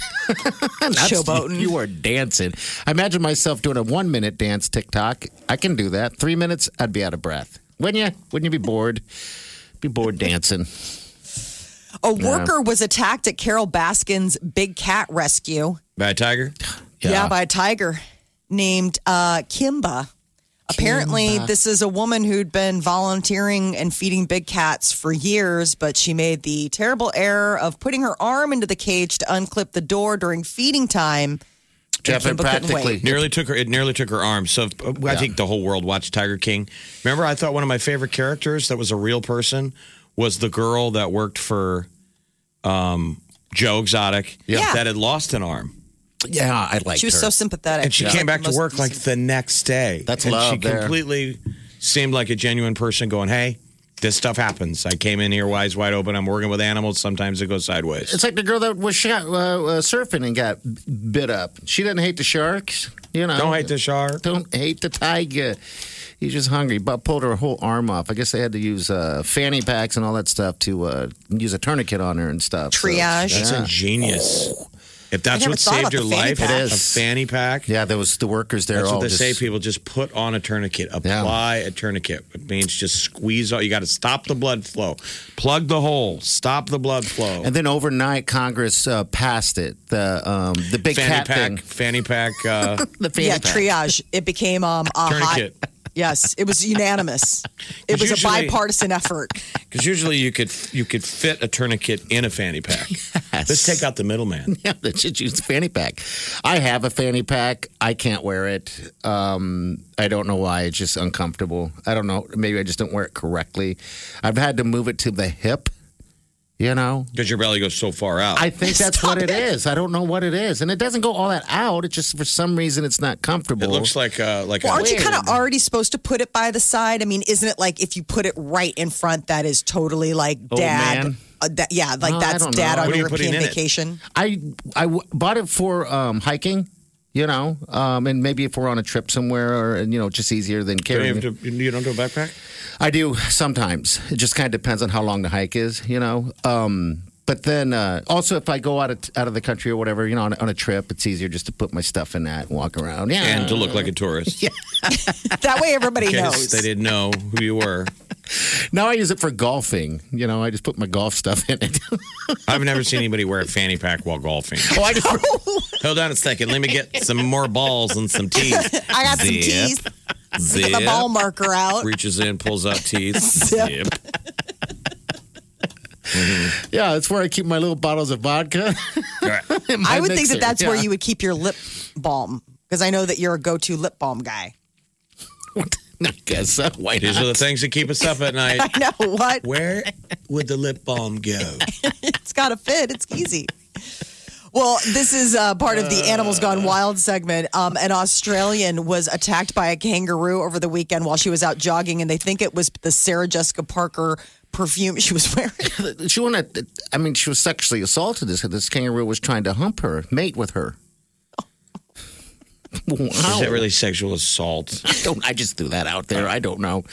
D: That's-
C: Showboating.
D: You are dancing. I imagine myself doing a one minute dance TikTok. I can do that. Three minutes, I'd be out of breath. Wouldn't you? Wouldn't you be bored? Be bored dancing.
C: A worker was attacked at Carol Baskin's Big Cat Rescue.
E: Bad tiger.
C: Yeah, by a tiger named uh, Kimba. Apparently, this is a woman who'd been volunteering and feeding big cats for years, but she made the terrible error of putting her arm into the cage to unclip the door during feeding time.
D: Jeff,
C: Kimba
D: I
C: couldn't
D: practically-
C: wait.
E: Nearly took her. It nearly took her arm. So uh, I think the whole world watched Tiger King. Remember, I thought one of my favorite characters that was a real person was the girl that worked for um, Joe Exotic
C: Yeah.
E: that had lost an arm.
D: Yeah, I like
C: She was so sympathetic.
E: And she
C: was
E: came
C: like
E: back
C: the
E: to
C: most
E: work like the next day.
D: That's
E: and She
D: love there.
E: completely seemed like a genuine person going, hey, this stuff happens. I came in here wise, wide open. I'm working with animals. Sometimes it goes sideways.
D: It's like the girl that was shot, uh, uh, surfing and got bit up. She didn't hate the sharks, you know.
E: Don't hate the shark.
D: Don't hate the tiger. He's just hungry. But pulled her whole arm off. I guess they had to use uh, fanny packs and all that stuff to uh, use a tourniquet on her and stuff. So,
C: Triage.
E: That's
D: yeah.
E: ingenious. If that's
C: never
E: what
C: thought about
E: saved your
C: the fanny
E: life,
C: pack.
D: It
E: a
D: is.
E: fanny pack.
D: Yeah, there was the workers there.
E: That's
D: all
E: what they
D: just,
E: say, people. Just put on a tourniquet. Apply a tourniquet. It means just squeeze all. You got to stop the blood flow. Plug the hole. Stop the blood flow.
D: And then overnight, Congress uh, passed it. The um, the big
E: fanny
D: cat
E: pack.
D: thing.
E: Fanny pack. Uh,
D: The fanny
C: yeah
D: pack.
C: triage. It became um, a hot.
E: Tourniquet.
C: Yes, it was unanimous. It was
E: Because
C: a
E: usually-
C: bipartisan effort.
E: Because usually you could you could fit a tourniquet in a fanny pack. Let's take out the middleman.
D: Yeah, they should use the fanny pack. I have a fanny pack. I can't wear it. Um, I don't know why. It's just uncomfortable. I don't know. Maybe I just don't wear it correctly. I've had to move it to the hip. You know,
E: Because your belly goes so far out.
D: I think that's what it is. I don't know what it is, and it doesn't go all that out. It's just for some reason it's not comfortable.
E: it looks like uh like
C: Well,
E: a,
C: aren't you kind of already supposed to put it by the side? I mean, isn't it like if you put it right in front, that is totally like
D: Old
C: dad?
D: man?
C: Uh, that, yeah, like
D: No, I
C: that's
D: don't
C: dad
D: know.
C: on
E: What are you
C: European
E: putting in it?
C: vacation.
D: I I w- bought it for um, hiking. You know, um, and maybe if we're on a trip somewhere, or you know, just easier than
E: Don't
D: carrying.
E: you, have to- you don't do a backpack.
D: I do sometimes. It just kind of depends on how long the hike is, you know. Um, but then uh, also, if I go out of out of the country or whatever, you know, on, a- on a trip, it's easier just to put my stuff in that and walk around. Yeah,
E: And to look like a tourist. Yeah,
C: That way, everybody
E: in
C: knows.
E: case they didn't know who you were.
D: now I use it for golfing. You know, I just put my golf stuff in it.
E: I've never seen anybody wear a fanny pack while golfing.
D: oh, I just
E: Hold on a second. Let me get some more balls and some teeth.
C: I got some
E: Zip.
C: teeth.
E: Zip.
C: Got my ball marker out.
E: Reaches in, pulls out teeth.
C: Zip.
E: Zip.
D: yeah, that's where I keep my little bottles of vodka. in my
C: I would think
D: mixer.
C: that that's where
D: Yeah.
C: you would keep your lip balm because I know that you're a go-to lip balm guy.
D: I guess so. Why
E: These
D: not?
E: are the things that keep us up at night.
C: I know what.
E: Where would the lip balm go?
C: It's got to fit. It's easy. Well, this is uh, part of the Animals Gone Wild segment. Um, an Australian was attacked by a kangaroo over the weekend while she was out jogging, and they think it was the Sarah Jessica Parker perfume she was wearing.
D: she wanted. I mean, she was sexually assaulted. This this kangaroo was trying to hump her, mate with her.
E: Is
D: Wow.
E: that really sexual assault?
D: I don't. I just threw that out there. I don't know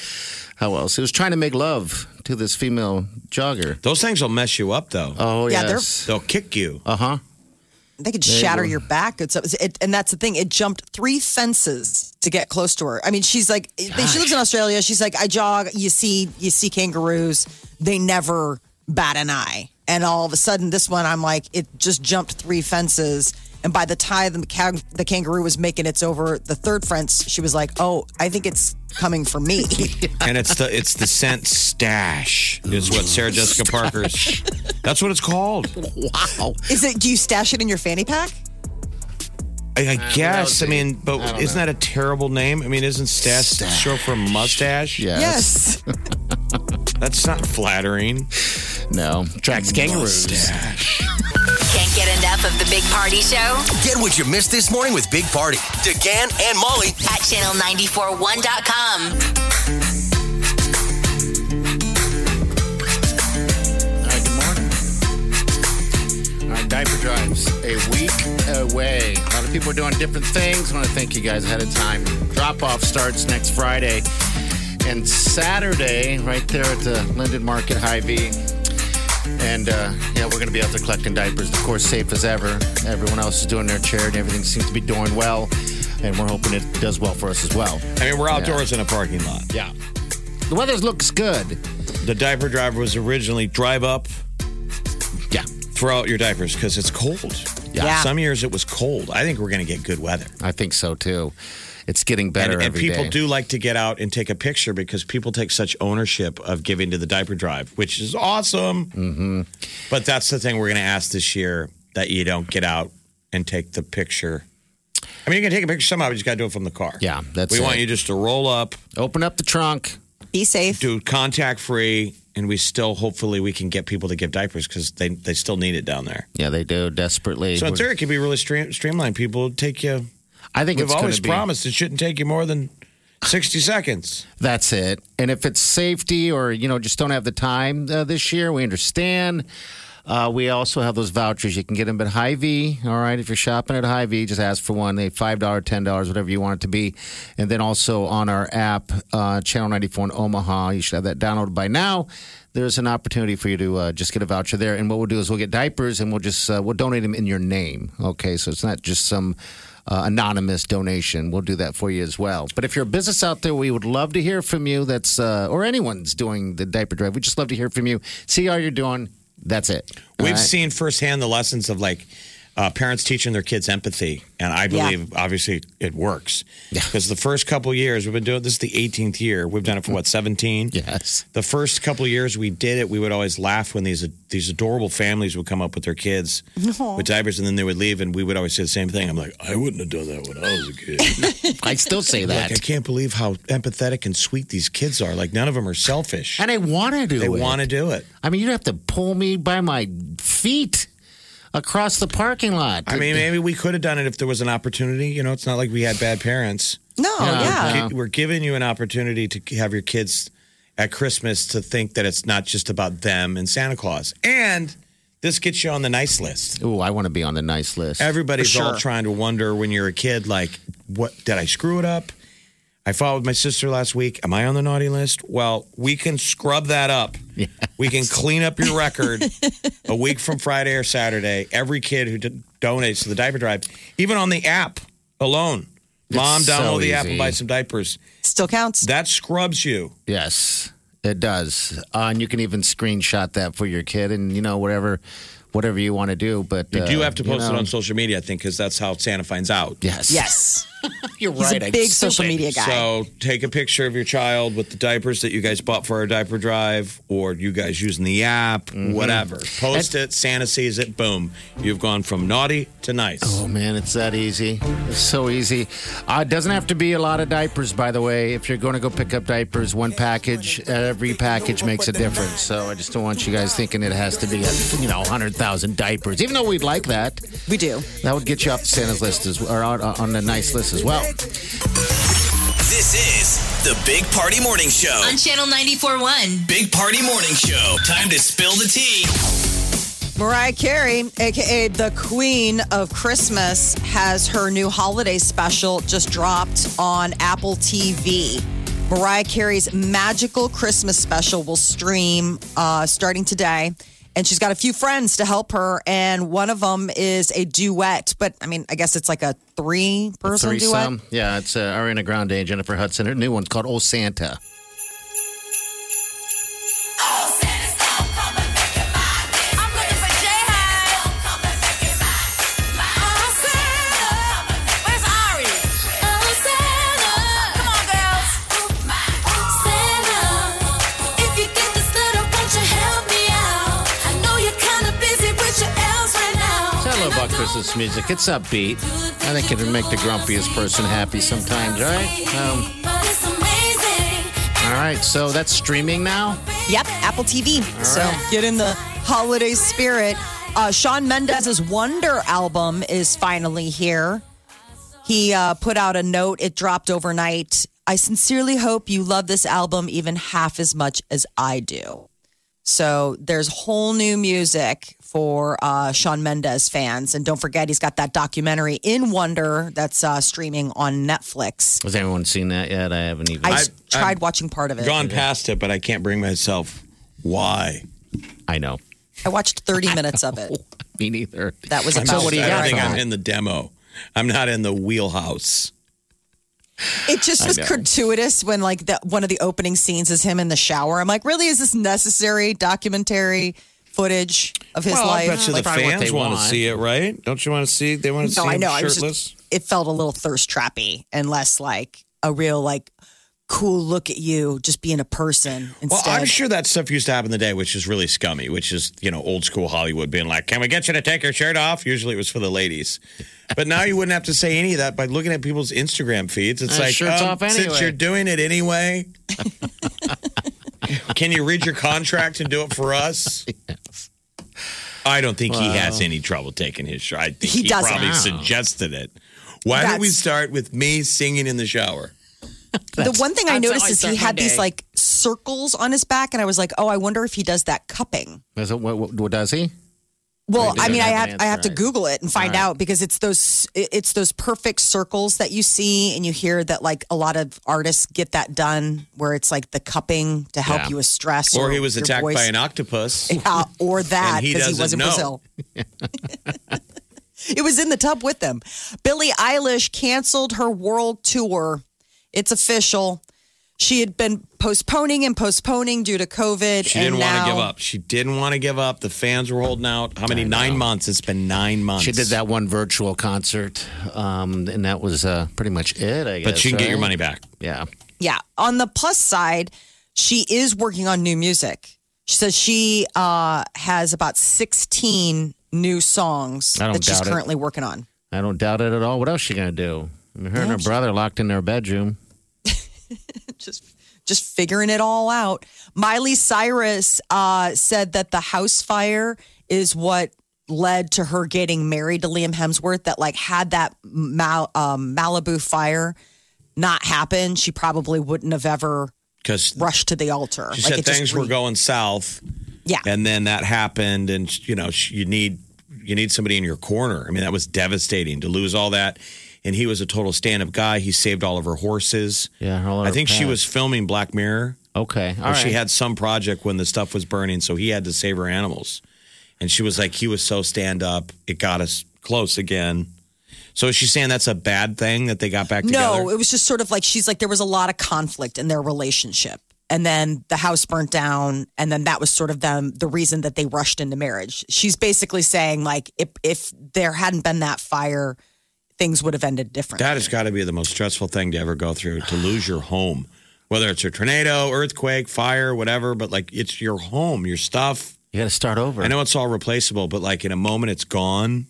D: how else. He was trying to make love to this female jogger.
E: Those things will mess you up, though.
D: Oh
C: Yeah,
D: yes.
E: They'll kick you.
D: Uh huh.
C: They could shatter your back. It's it, and that's the thing. It jumped three fences to get close to her. I mean, she's like she lives in Australia. She's like I jog. You see, you see kangaroos. They never bat an eye. And all of a sudden, this one, I'm like, it just jumped three fences. And by the time the, kang- the kangaroo was making its over the third fence, she was like, "Oh, I think it's coming for me."
E: and it's the it's the scent stash is
D: Oh.
E: what Sarah Jessica Parker's. That's what it's called.
D: Wow.
C: Is it? Do you stash it in your fanny pack?
E: I, I guess. I
D: dude.
E: mean, but
D: I don't
E: isn't
D: know.
E: that a terrible name? I mean, isn't stash,
D: Stash.
E: short for mustache?
C: Yes.
E: That's not flattering.
D: No. Tracks kangaroos.
A: Can't get enough of the Big Party Show
B: Get what you missed this morning with Big Party, DeGan and Molly
A: at channel941.com.
D: All right, good morning. All right, diaper drives a week away. A lot of people are doing different things. I want to thank you guys ahead of time. Drop off starts next Friday and Saturday, right there at the Linden Market High V. And uh, yeah, we're going to be out there collecting diapers. Of course, safe as ever. Everyone else is doing their charity. Everything seems to be doing well. And we're hoping it does well for us as well.
E: I mean, we're outdoors in a parking lot.
D: Yeah. The weather looks good.
E: The diaper driver was originally drive up,
D: Yeah.
E: throw out your diapers because it's cold.
D: Yeah.
C: Yeah.
E: Some years it was cold. I think we're going to get good weather.
D: I think so too. It's getting better
E: And, and
D: every
E: people
D: day.
E: do like to get out and take a picture because people take such ownership of giving to the diaper drive, which is awesome. Mm-hmm. But that's the thing we're going to ask this year that you don't get out and take the picture. I mean, you can take a picture somehow, but you just got to do it from the car.
D: Yeah, that's
E: we want
D: it.
E: you just to roll up,
D: Open up the trunk.
C: Be safe.
E: do contact free, and we still hopefully we can get people to give diapers because they they still need it down there.
D: Yeah, they do desperately.
E: So in theory, it could be really stream, streamlined. People take you.
D: I think
E: We've
D: it's gonna
E: always
D: be-
E: promised it shouldn't take you more than sixty seconds.
D: That's it. And if it's safety or you know just don't have the time uh, this year, we understand. Uh, we also have those vouchers. You can get them at Hy-Vee. All right, if you're shopping at Hy-Vee, just ask for one. They five dollar, ten dollars, whatever you want it to be. And then also on our app, uh, Channel 94 in Omaha, you should have that downloaded by now. There's an opportunity for you to uh, just get a voucher there. And what we'll do is we'll get diapers and we'll just uh, we'll donate them in your name. Okay, so it's not just some uh, anonymous donation. We'll do that for you as well. But if you're a business out there, we would love to hear from you. That's uh, or anyone's doing the diaper drive. We just love to hear from you. See how you're doing. That's it. All
E: We've
D: right?
E: seen firsthand the lessons of like uh, parents teaching their kids empathy, and I
C: Yeah.
E: believe obviously it works because the first couple years we've been doing this is the 18th year we've done it for what 17.
D: Yes.
E: The first couple years we did it, we would always laugh when these these adorable families would come up with their kids with diapers, and then they would leave, and we would always say the same thing. I'm like, I wouldn't have done that when I was a kid.
D: I still say
E: like,
D: that.
E: I can't believe how empathetic and sweet these kids are. Like none of them are selfish.
D: And I want to do
E: They
D: it.
E: want to do it.
D: I mean, you'd have to pull me by my feet across the parking lot.
E: I mean, maybe we could have done it if there was an opportunity. You know, it's not like we had bad parents.
D: Oh,
C: No, yeah.
D: okay.
E: Ki- We're giving you an opportunity to have your kids at Christmas to think that it's not just about them and Santa Claus. And this gets you on the nice list.
D: Ooh, I want to be on the nice list.
E: Everybody's
C: For
E: all
C: sure.
E: trying to wonder when you're a kid, like, what did I screw it up? I fought with my sister last week. Am I on the naughty list? Well, we can scrub that up. We can clean up your record a week from Friday or Saturday. Every kid who d- donates to the diaper drive, even on the app alone, mom,
D: so
E: download the app and
D: easy.
E: buy some diapers.
C: Still counts.
E: That scrubs you.
D: Yes, it does. Uh, and you can even screenshot that for your kid, and you know whatever, whatever you want to do. But
E: You
D: uh,
E: do have to post
D: know,
E: it on social media, I think, because that's how Santa finds out.
D: Yes.
C: Yes.
D: You're
C: He's
D: right.
C: a
D: I'm
C: big social
D: stupid.
C: media guy.
E: So take a picture of your child with the diapers that you guys bought for our diaper drive, or you guys using the app,
C: Mm-hmm.
E: whatever. Post it. Santa sees it. Boom. You've gone from naughty to nice.
D: Oh man, it's that easy. It's so easy. Uh, it doesn't have to be a lot of diapers, by the way. If you're going to go pick up diapers, one package, every package makes a difference. So I just don't want you guys thinking it has to be, a, you know, hundred thousand diapers. Even though we'd like that,
C: we do.
D: that would get you up to Santa's list as or on, on the nice list as well.
B: This is the Big Party Morning Show.
A: On channel 94.1.
B: Big Party Morning Show. Time to spill the tea.
C: Mariah Carey, aka the Queen of Christmas, has her new holiday special just dropped on Apple TV. Mariah Carey's magical Christmas special will stream uh, starting today. and she's got a few friends to help her, and one of them is a duet. But I mean, I guess it's like a three-person duet.
D: Threesome. Yeah, it's uh, Ariana Grande and Jennifer Hudson. Her new one's called Oh Santa.
A: I'm looking for Jay Oh, Santa, where's Ari? Oh, Santa, come on, girls. Santa, if you get this letter, won't you help me out? I know you're kind of busy with your elves right now.
D: Tell her about Christmas music. It's upbeat. I think it would make the grumpiest person happy sometimes, right? Um,
A: But it's amazing.
D: all right, so that's streaming now.
C: Yep, Apple TV. so get in the holiday spirit. Uh, Sean Mendez's Wonder album is finally here. He uh, put out a note, it dropped overnight. I sincerely hope you love this album even half as much as I do. So there's whole new music for uh, Sean Mendez fans. And don't forget, he's got that documentary in Wonder that's uh, streaming on Netflix.
D: Has anyone seen that yet? I haven't even.
C: I
D: I,
C: s-
E: I've-
C: tried watching part of it.
E: Gone past it, but I can't bring myself. Why?
D: know.
C: I watched 30 minutes of it.
D: Me neither.
C: That was
D: So
C: about
D: what do you
E: I
D: got
E: don't think
D: from
E: I'm
D: it?
E: in the demo. I'm not in the wheelhouse.
C: It just was
D: know.
C: gratuitous when like that one of the opening scenes is him in the shower. I'm like, really? Is this necessary documentary footage of his
E: well,
C: life?
E: I bet you
D: Like,
E: the
D: probably what
E: fans
D: they
E: want to
D: want.
E: see it, right? Don't you want to see? They want to
C: no,
E: see
C: I
E: him
C: know. I was
E: shirtless.
C: just, it felt a little thirst trappy and less like a real like cool look at you just being a person
E: well,
C: instead.
E: I'm sure that stuff used to happen in the day, which is really scummy. Which is you know old school Hollywood being like, "Can we get you to take your shirt off?" Usually it was for the ladies, but now you wouldn't have to say any of that by looking at people's Instagram feeds. It's
D: Uh,
E: like,
D: shirt's
E: um,
D: off
E: since
D: anyway.
E: you're doing it anyway, can you read your contract and do it for us? I don't think he has any trouble taking his shirt. I think
C: He
E: he,
C: doesn't.
E: probably suggested it. Why don't we
C: That's-
E: start with me singing in the shower?
C: the one thing I
D: that's how
C: noticed
D: I
C: is
D: start
C: he
D: my
C: had these
D: day.
C: like circles on his back, and I was like, oh, I wonder if he does that cupping.
D: Is it- what, what, what does he?
C: Well,
D: Right,
C: I mean, I
D: doesn't have
C: have
D: an
C: I have to
D: answer, right.
C: Google it and find out because it's those it's those perfect circles that you see and you hear that like a lot of artists get that done where it's like the cupping to help
D: Yeah.
C: you with stress
E: Or he was attacked by an
C: an
E: octopus.
C: yeah, or that
E: And he
C: because he, was in
E: doesn't
C: Brazil.
E: know.
C: it was in the tub with them. Billie Eilish canceled her world tour. It's official. She had been postponing and postponing due to COVID.
E: She
C: and
E: didn't want
C: now-
E: to give up. She didn't want to give up. The fans were holding out. How many? Nine months. It's been nine months.
D: She did that one virtual concert, um, and that was uh, pretty much it. I guess.
E: But she can get your
D: right?
E: money back.
D: Yeah.
C: Yeah. On the plus side, she is working on new music. She says she uh, has about 16 new songs
D: I don't
C: that she's
D: doubt it.
C: currently working on.
D: I don't doubt it at all. What else she gonna do? I mean, her and her brother locked in their bedroom.
C: Just just figuring it all out. Miley Cyrus uh, said that the house fire is what led to her getting married to Liam Hemsworth. That like had that Mal- um, Malibu fire not happened, she probably wouldn't have ever
E: Because she
C: rushed to the altar. Like,
E: said
C: it just
E: things were
C: re-
E: going south,
C: Yeah.
E: and then that happened, and you know sh- you need you need somebody in your corner. I mean, that was devastating to lose all that. And he was a total stand-up guy. He saved all of her horses.
D: Yeah, all of
E: I
D: her
E: think she
D: pets.
E: was filming Black Mirror.
D: Okay. All
E: or
D: right.
E: she had some project when the stuff was burning, so he had to save her animals. And she was like, he was so stand up, it got us close again. So is she saying that's a bad thing that they got back
C: No,
E: together?
C: it was just sort of like she's like there was a lot of conflict in their relationship. And then the house burnt down, and then that was sort of them the reason that they rushed into marriage. She's basically saying like if if there hadn't been that fire, things would have ended differently.
E: That has got to be the most stressful thing to ever go through to lose your home, whether it's a tornado, earthquake, fire, whatever. But like, it's your home, your stuff.
D: you got to start over.
E: I know it's all replaceable, but like in a moment, it's gone.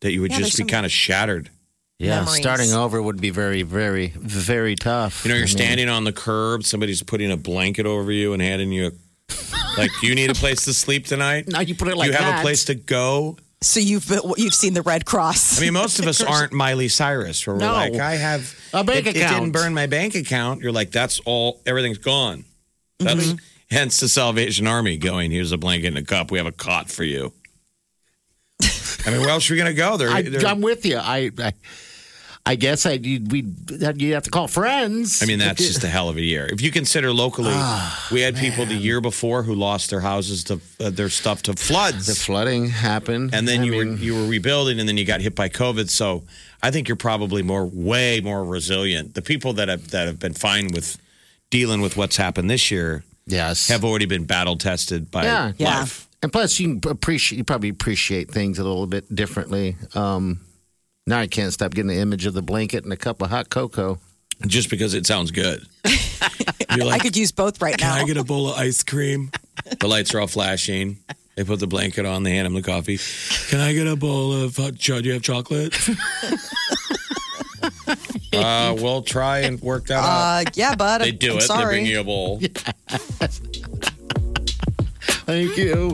E: That you would
C: Yeah,
E: just be
C: there's some-
E: kind of shattered.
D: Yeah,
C: memories.
D: starting over would be very, very, very tough.
E: You know,
D: I
E: you're
D: mean,
E: standing on the curb, somebody's putting a blanket over you and handing you a like, you need a place to sleep tonight?
D: Now you put it like
E: You have
D: that.
E: a place to go?
C: so you've you've seen the Red Cross.
E: I mean, most of us aren't Miley Cyrus where we're
D: No.
E: like, I have
D: A bank
E: it, It didn't
D: account.
E: burn my bank account. You're like, that's all everything's gone.
D: Mm-hmm.
E: That's hence the Salvation Army going, here's a blanket and a cup, we have a cot for you. I mean, where else are we gonna go? They're,
D: I,
E: they're-
D: I'm with you. I, I, I guess I you'd, we you'd have to call friends.
E: I mean, that's just a hell of a year. If you consider locally,
D: Ah,
E: we had people the year before who lost their houses to uh, their stuff to
D: the
E: floods,
D: flooding happened,
E: and then
D: I
E: you were
D: mean,
E: you were rebuilding, and then you got hit by COVID. So I think you're probably more, way more resilient. The people that have that have been fine with dealing with what's happened this year
D: yes
E: have already been battle tested by
D: yeah
C: Yeah.
E: life.
D: And plus, you can appreciate you probably appreciate things a little bit differently. Um, now I can't stop getting the image of the blanket and a cup of hot cocoa.
E: Just because it sounds good, you're
C: I
E: like,
C: could use both right now.
E: Can I get a bowl of ice cream? The lights are all flashing. They put the blanket on. They hand him the coffee. Can I get a bowl of hot chocolate? Do you have chocolate? uh, we'll try and work that out.
C: uh, yeah, bud.
E: They
C: I'm-
E: do
C: I'm
E: it. They
C: Sorry.
E: bring you a bowl.
D: Thank you.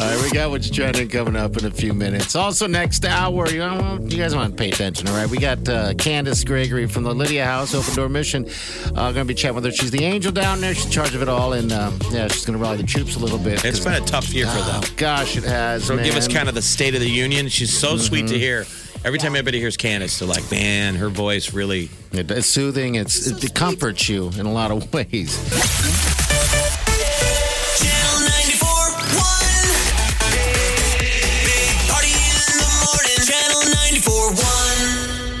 D: All right, we got what's trending coming up in a few minutes. Also, next hour, you, don't- you guys want to pay attention, all right? We got uh, Candace Gregory from the Lydia House Open Door Mission. Uh, going to be chatting with her. She's the angel down there. She's in charge of it all, and uh, yeah, she's going to rally the troops a little bit.
E: It's
D: 'cause-
E: been a tough year for them.
D: Oh, gosh, it has.
E: So give us
D: man.
E: kind of the State of the Union. She's so sweet
C: Mm-hmm.
E: to hear. Every time everybody hears Candace, they're like, man, her voice really.
D: It- It's soothing. It's it comforts you in a lot of ways.
B: Channel 94.1. Big Party in the morning. Channel 94.1.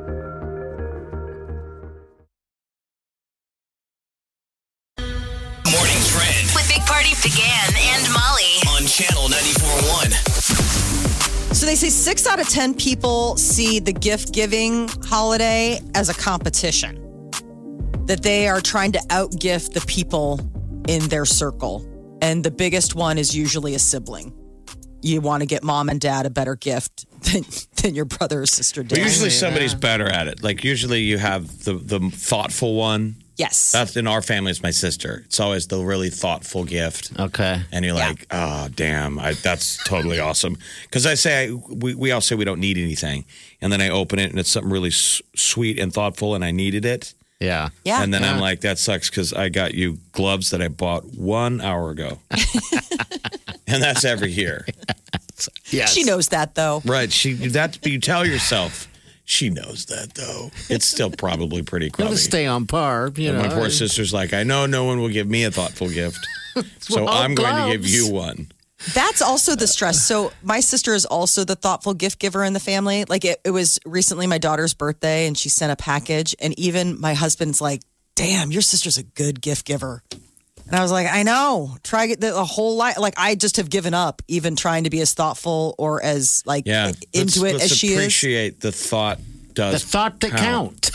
B: Morning trend
A: With Big Party began and Molly.
B: on Channel 94.1.
C: So they say six out of 10 people see the gift giving holiday as a competition, that they are trying to outgift the people in their circle. And the biggest one is usually a sibling. You want to get mom and dad a better gift than, than your brother or sister did.
E: But usually somebody's better at it. Like usually you have the, the thoughtful one.
C: yes.
E: That's in our family. It's my sister. It's always the really thoughtful gift,
D: Okay.
E: and you're like, oh damn, I, that's totally awesome. Because I say I, we we all say we don't need anything, and then I open it and it's something really s- sweet and thoughtful, and I needed it.
D: Yeah.
C: yeah.
E: and then I'm like, that sucks because I got you gloves that I bought one hour ago, and that's every year,
D: Yes.
C: she knows that though.
E: right? She that you tell yourself. She knows that though. It's still probably pretty
D: You
E: crummy.
D: gotta stay on par. You
E: And
D: know.
E: my poor sister's like, I know no one will give me a thoughtful gift, so
D: Well,
E: I'm going to give
D: gloves.
E: you one.
C: That's also the stress. So my sister is also the thoughtful gift giver in the family. Like it, it was recently my daughter's birthday and she sent a package and even my husband's like, damn, your sister's a good gift giver. And I was like, I know. Try get the, the whole life. Like I just have given up even trying to be as thoughtful or as like
E: Yeah,
C: into it
E: let's, let's
C: as she is.
E: appreciate the thought.
D: the
E: Does
D: thought to count.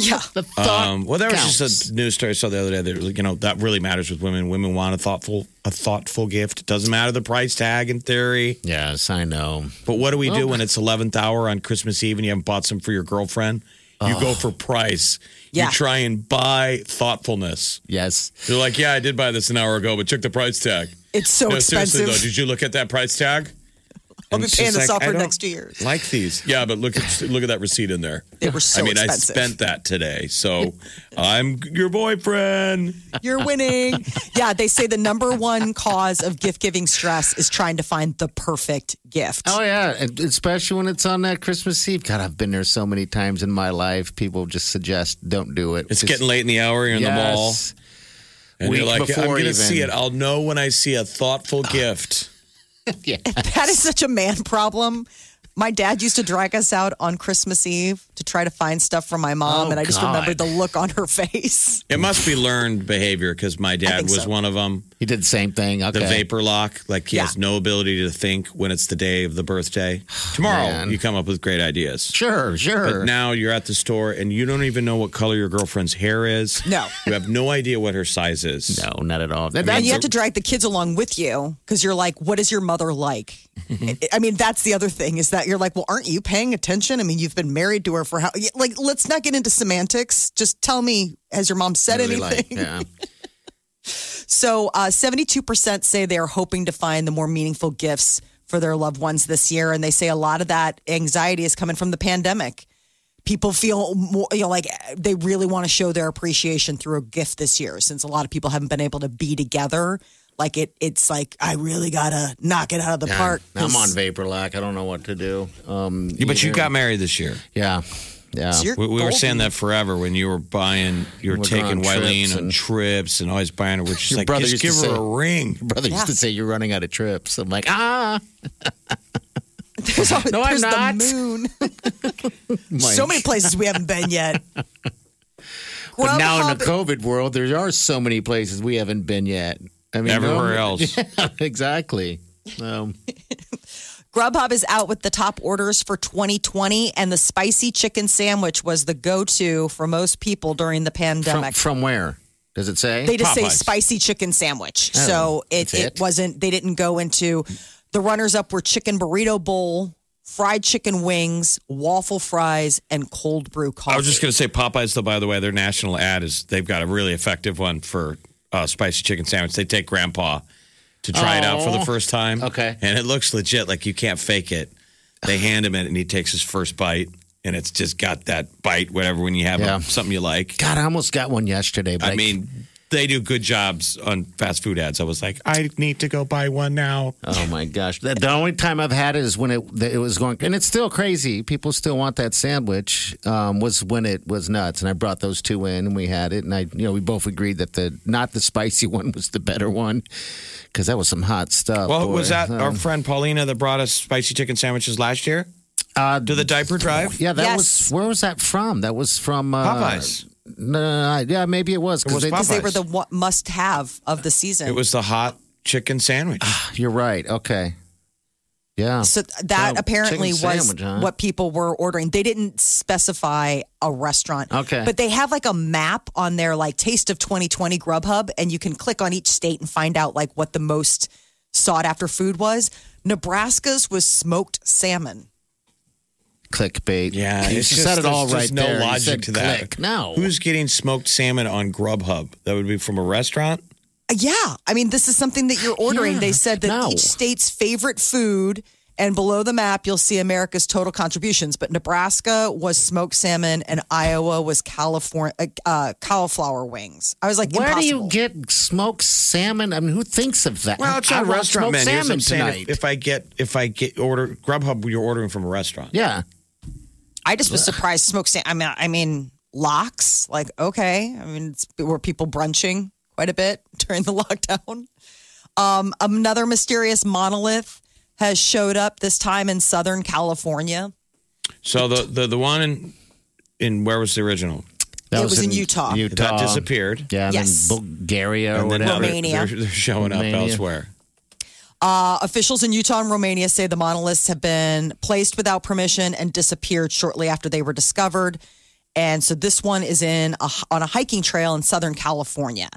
C: Yeah.
D: The thought.
E: Um, well, there was
D: counts.
E: just a news story I saw the other day that you know that really matters with women. Women want a thoughtful, a thoughtful gift. It doesn't matter the price tag in theory.
D: Yes, I know.
E: But what do we do when it's eleventh hour on Christmas Eve and you haven't bought some for your girlfriend? You go for price.
C: Yeah.
E: You try and buy thoughtfulness.
D: Yes.
E: You're like, yeah, I did buy this an hour ago, but check the price tag.
C: It's so
E: no, seriously
C: expensive.
E: though, did you look at that price tag?
C: I'll
E: And
C: be
E: it's
C: paying
E: just
C: this
E: like,
C: off
E: I
C: for
E: don't
C: next two years.
E: Like these, yeah, but look at look at that receipt in there.
C: They were so
E: I mean,
C: expensive.
E: I spent that today, so I'm your boyfriend.
C: You're winning. yeah, they say the number one cause of gift giving stress is trying to find the perfect gift.
D: Oh yeah, and especially when it's on that Christmas Eve. God, I've been there so many times in my life. People just suggest don't do it.
E: It's
D: Just-
E: getting late in the hour. You're in the mall.
D: Yes.
E: And you're
D: Week
E: like, I'm
D: before
E: going to
D: even."
E: see it. I'll know when I see a thoughtful gift.
C: That is such a man problem. My dad used to drag us out on Christmas Eve to try to find stuff for my mom,
D: Oh,
C: and I just
D: God.
C: remembered the look on her face.
E: It must be learned behavior because my dad
C: think
E: was
C: so.
E: one of them.
D: He did the same thing. Okay.
E: The vapor lock, like he
C: Yeah.
E: has no ability to think when it's the day of the birthday. Tomorrow,
D: Man.
E: you come up with great ideas.
D: Sure, sure.
E: But now you're at the store and you don't even know what color your girlfriend's hair is.
C: No.
E: You have no idea what her size is.
D: no, not at all. That-
C: and
D: that's
C: you
D: a-
C: have to drag the kids along with you because you're like, what is your mother like?
D: Mm-hmm.
C: I- I mean, that's the other thing is that you're like, well, aren't you paying attention? I mean, you've been married to her for how? yeah, Like, let's not get into semantics. Just tell me, has your mom said
D: really
C: anything?
D: like, yeah.
C: So, uh, 72% say they are hoping to find the more meaningful gifts for their loved ones this year. And they say a lot of that anxiety is coming from the pandemic. People feel more, you know, like they really want to show their appreciation through a gift this year since a lot of people haven't been able to be together. Like it, it's like, I really got to knock it out of the
D: Yeah,
C: park.
D: I'm on vapor lock. I don't know what to do. Um,
E: Yeah, but you
D: either.
E: got married this year.
D: yeah, yeah.
C: So you're
E: We, we were
C: golden.
E: saying that forever when you were buying, you were
D: We're
E: taking
D: on
E: Wileen
D: trips
E: on
D: and-
E: trips and always buying her. We're just
D: Your
E: like,
D: brother
E: just
D: used to
E: give her
D: say-
E: a ring.
D: brother used to say you're running out of trips. I'm like, ah,
C: There's, always,
D: No, I'm
C: there's
D: not.
C: the moon.
D: Mike.
C: so many places we haven't been yet.
D: But now in
C: Grubhub
D: the COVID world, there are so many places we haven't been yet. I mean,
E: Everywhere
D: no-
E: else.
D: Yeah, exactly. Um,
C: Grubhub is out with the top orders for 2020, and the spicy chicken sandwich was the go to for most people during the
D: from,
C: pandemic.
D: from where does it say?
C: they just say
E: Popeyes. Oh,
C: spicy chicken sandwich. so it,
D: that's
C: it
D: it.
C: wasn't, they didn't go into the runners up were chicken burrito bowl, fried chicken wings, waffle fries, and cold brew coffee.
E: I was just going to say Popeyes, though, by the way, their national ad is they've got a really effective one for uh, spicy chicken sandwich. They take grandpa to try it out for the
D: Oh.
E: first time.
D: Okay.
E: And it looks legit. Like you can't fake it. They hand him it and he takes his first bite and it's just got that bite, whatever, when you have a-
D: Yeah.
E: something you like.
D: God, I almost got one yesterday. But
E: I mean, they do good jobs on fast food ads. I was like, I need to go buy one now.
D: Oh my gosh! That, the only time I've had it is when it that it was going, and it's still crazy. People still want that sandwich. Um, was when it was nuts, and I brought those two in, and we had it, and I, you know, we both agreed that the not the spicy one was the better one because that was some hot stuff.
E: Well,
D: boy.
E: was that
D: Uh,
E: our friend Paulina that brought us spicy chicken sandwiches last year
D: uh,
E: to the diaper drive?
D: yeah, that
C: Yes.
D: was where was that from? That was from uh,
E: Popeyes.
D: No, no, no, yeah, maybe it was
E: was
D: because
C: because they were
E: Popeyes.
C: the what must have of the season.
E: It was the hot chicken sandwich.
D: you're right. Okay, yeah,
C: So that
D: So,
C: apparently was
D: chicken sandwich, huh?
C: what people were ordering. They didn't specify a restaurant.
D: Okay.
C: But they have like a map on their like Taste of 2020 Grubhub and you can click on each state and find out like what the most sought after food was. Nebraska's was smoked salmon.
D: clickbait.
E: Yeah,
D: you
E: it's
D: said it
E: there's
D: all right
E: just No
D: there. You
E: logic
D: said
E: to that.
D: Click. No,
E: who's getting smoked salmon on Grubhub? That would be from a restaurant.
C: Uh, Yeah. I mean, this is something that you're ordering.
D: Yeah,
C: They said that
D: no.
C: each state's favorite food and below the map you'll see America's total contributions, but Nebraska was smoked salmon and Iowa was California uh, uh, cauliflower wings. I was like,
D: Where do you
C: impossible.
D: get smoked salmon? I mean, who thinks of that?
E: Well, it's
D: I
E: on
D: want
E: restaurant
D: smoked
E: menus.
D: salmon
E: I'm saying
D: tonight.
E: if, if I get if I get order Grubhub, you're ordering from a restaurant.
D: yeah,
C: I just was surprised smoked salmon. I mean, I mean, locks. Like, okay. I mean, it's, were people brunching quite a bit during the lockdown? Um, another mysterious monolith has showed up this time in Southern California.
E: So the the, the one in in where was the original?
D: That
C: It was in Utah.
D: Utah
E: That disappeared.
D: Uh, Yeah, and
C: Yes.
D: then Bulgaria or
E: And then now
D: whatever.
E: they're,
C: Romania.
E: they're, they're showing up
D: Romania.
E: elsewhere.
C: Uh, officials in Utah and Romania say the monoliths have been placed without permission and disappeared shortly after they were discovered. And so this one is in a, on a hiking trail in Southern California,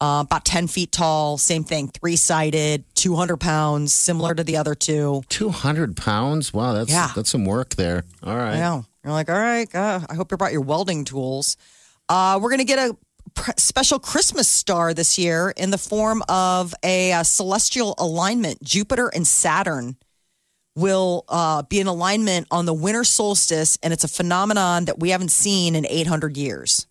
C: uh, about ten feet tall. Same thing, three sided, two hundred pounds, similar to the other two.
D: Two hundred pounds. Wow, that's
C: Yeah.
D: that's some work there. All right.
C: I know. You're like, all right, God, I hope you brought your welding tools. Uh, we're going to get a pr- special Christmas star this year in the form of a, uh celestial alignment. Jupiter and Saturn will uh, be in alignment on the winter solstice, and it's a phenomenon that we haven't seen in 800 years.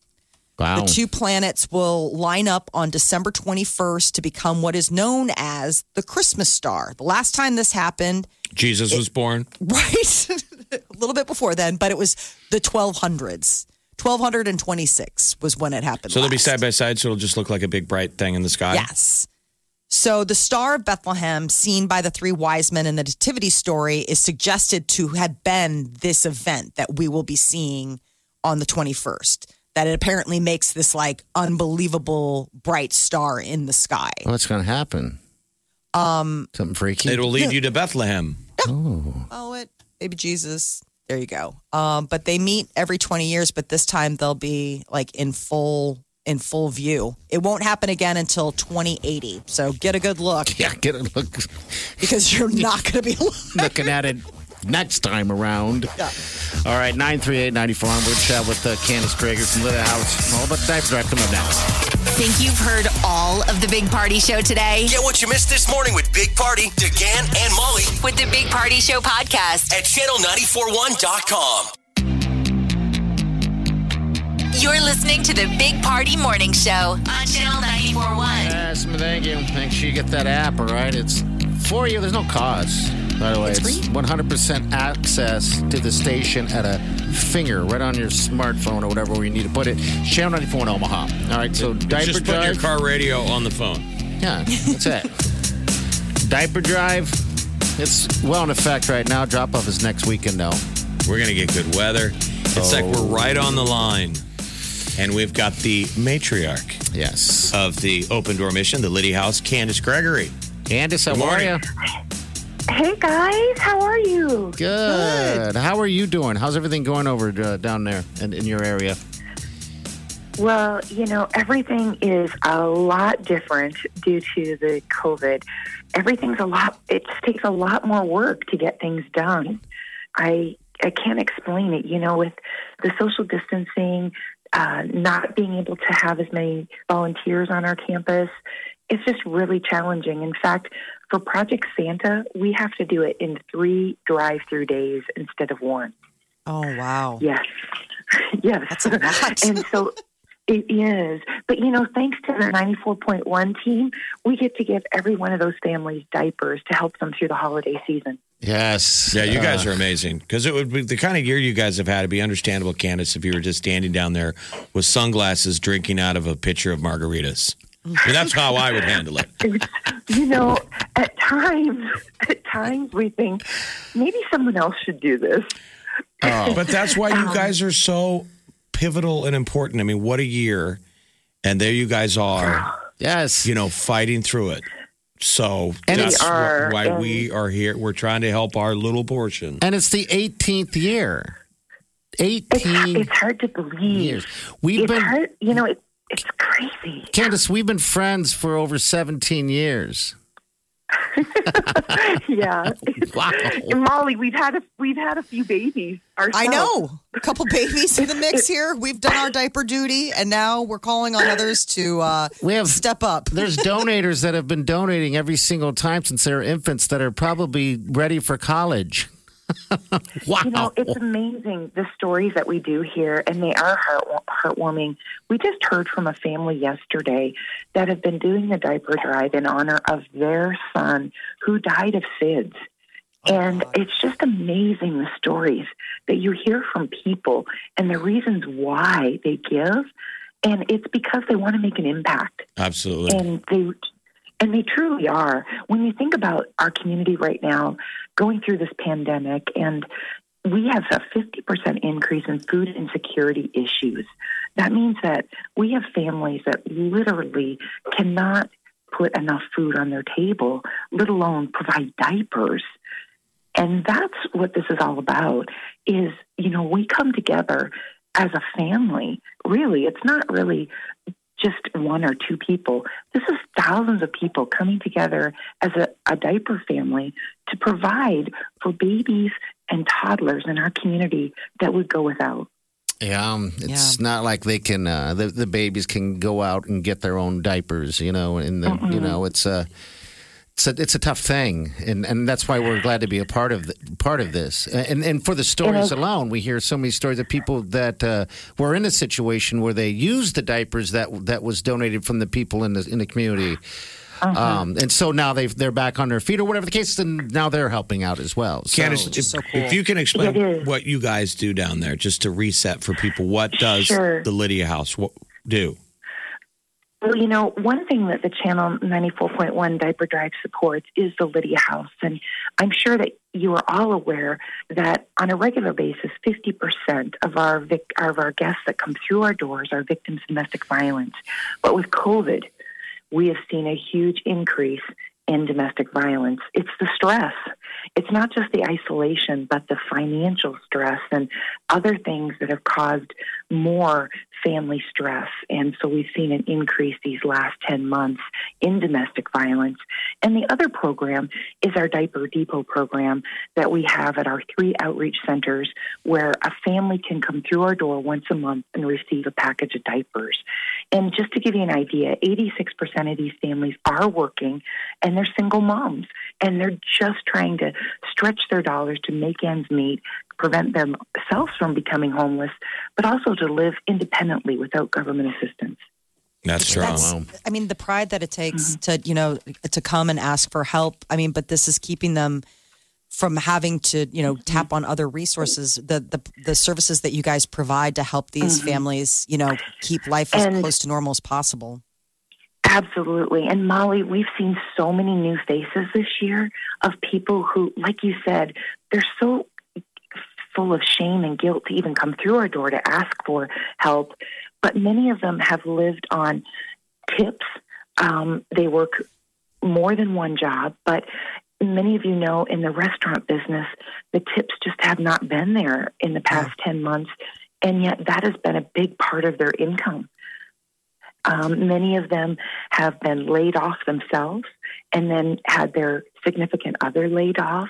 D: Wow.
C: The two planets will line up on December 21st to become what is known as the Christmas star. The last time this happened,
E: Jesus was born.
C: right? a little bit before then, but it was the 1200s. 1226 was when it happened.
E: So they'll be
C: last.
E: side by side. So it'll just look like a big bright thing in the sky.
C: Yes. So the star of Bethlehem, seen by the three wise men in the nativity story, is suggested to have been this event that we will be seeing on the 21st. That it apparently makes this like unbelievable bright star in the sky.
D: What's going to happen? Um, Something freaky?
E: It'll lead you to Bethlehem.
C: Oh, it baby Jesus. There you go. Um, but they meet every 20 years, but this time they'll be like in full in full view. It won't happen again until 2080. So get a good look
D: yeah, get a look,
C: because you're not going to be alive.
D: looking at it next time around. All right, 938 94. We'll chat with uh, Candace Greger from Little House. All about the diaper drive coming up next.
G: Think you've heard all of the Big Party Show today?
B: Get what you missed this morning with Big Party, DeGan, and Molly
G: With the Big Party Show podcast,
B: at channel941.com.
G: you're listening to the Big Party Morning Show on Channel 941.
D: Yes, thank you. Make sure you get that app, all right? It's for you. There's no cost, by the way. It's, 100% access to the station at a finger, right on your smartphone or whatever where you need to put it. Channel 94 in Omaha. All right, so diaper
E: Just put
D: drive.
E: your car radio on the phone.
D: Yeah, that's it. diaper drive. It's well in effect right now. Drop off is next weekend, though.
E: We're going to get good weather. It's like we're right on the line. And we've got the matriarch
D: Yes.
E: of the open door mission, the Liddy House, Candace Gregory.
D: Candace, how
E: Good
D: are
E: morning.
D: you?
H: Hey guys, how are you?
D: Good. How are you doing? How's everything going over uh, down there in, in your area?
H: Well, you know, everything is a lot different due to the COVID. Everything's a lot, it just takes a lot more work to get things done. I, I can't explain it, you know, with the social distancing, uh, not being able to have as many volunteers on our campus. It's just really challenging. In fact, for Project Santa, we have to do it in three drive through days instead of one.
C: Oh wow.
H: Yes. yes.
C: That's a lot.
H: and so it is. But, you know, thanks to the 94.1 team, we get to give every one of those families diapers to help them through the holiday season.
D: Yes.
E: Yeah, you guys are amazing. Because it would be the kind of year you guys have had. It'd be understandable, Candace, if you were just standing down there with sunglasses drinking out of a pitcher of margaritas. I mean, that's how I would handle it.
H: You know, at times, at times we think maybe someone else should do this.
E: But that's why you guys are so pivotal and important. I mean, what a year. And there you guys are,
D: Yes.
E: you know, fighting through it. So
D: And
E: that's
D: it's-
E: wh-
H: Are,
E: why
H: and-
E: we are here. We're trying to help our little portion.
D: And it's the 18th year.
H: It's,
D: 18
H: it's hard to believe.
D: years. We've
H: It's
D: been,
H: hard, you know, it, it's crazy.
D: Candace, we've been friends for over 17 years.
H: yeah.
D: Wow.
H: And Molly, we've had a, we've had a few babies
C: I
H: ourselves.
C: know. A couple babies in the mix here. We've done our diaper duty and now we're calling on others to uh
D: We have-
C: step up.
D: There's donators that have been donating every single time since they were infants that are probably ready for college. wow.
H: You know, it's amazing the stories that we do here, and they are heart heartwarming. We just heard from a family yesterday that have been doing the diaper drive in honor of their son who died of SIDS. And it's just amazing the stories that you hear from people and the reasons why they give. And it's because they want to make an impact.
E: Absolutely.
H: and they and they truly are when you think about our community right now going through this pandemic and we have a 50% increase in food insecurity issues that means that we have families that literally cannot put enough food on their table let alone provide diapers and that's what this is all about is you know we come together as a family really it's not really just one or two people. This is thousands of people coming together as a, a diaper family to provide for babies and toddlers in our community that would go without.
D: Yeah, um, it's not like they can. Uh, the the babies can go out and get their own diapers, you know. And the, you know, it's a it's a it's a tough thing, and and that's why we're glad to be a part of the, part of this. And and for the stories alone, we hear so many stories of people that uh, were in a situation where they used the diapers that that was donated from the people in the in the community. Um, and so now they they're back on their feet or whatever the case, and now they're helping out as well. So,
E: Candace, if, if you can
H: It
E: explain
H: is.
E: what you guys do down there, just to reset for people, what does
H: Sure.
E: the Lydia House wh- do?
H: Well, you know, one thing that the Channel 94.1 Diaper Drive supports is the Lydia House. And I'm sure that you are all aware that on a regular basis, 50% of our, vic- of our guests that come through our doors are victims of domestic violence. But with COVID, we have seen a huge increase in domestic violence. It's the stress. It's not just the isolation, but the financial stress and other things that have caused more family stress. And so we've seen an increase these last 10 months in domestic violence. And the other program is our Diaper Depot program that we have at our three outreach centers where a family can come through our door once a month and receive a package of diapers. And just to give you an idea, 86% of these families are working and they're single moms and they're just trying to stretch their dollars to make ends meet, prevent themselves from becoming homeless, but also to live independently without government assistance.
E: That's strong.
C: I mean, the pride that it takes to, you know, to come and ask for help. I mean, but this is keeping them from having to, you know, tap on other resources, the the, the services that you guys provide to help these
H: Mhm.
C: families, you know, keep life as
H: And-
C: close to normal as possible.
H: Absolutely. And Molly, we've seen so many new faces this year of people who, like you said, they're so full of shame and guilt to even come through our door to ask for help. But many of them have lived on tips. Um, they work more than one job, but many of you know in the restaurant business, the tips just have not been there in the past 10 months. And yet that has been a big part of their income. Um, many of them have been laid off themselves and then had their significant other laid off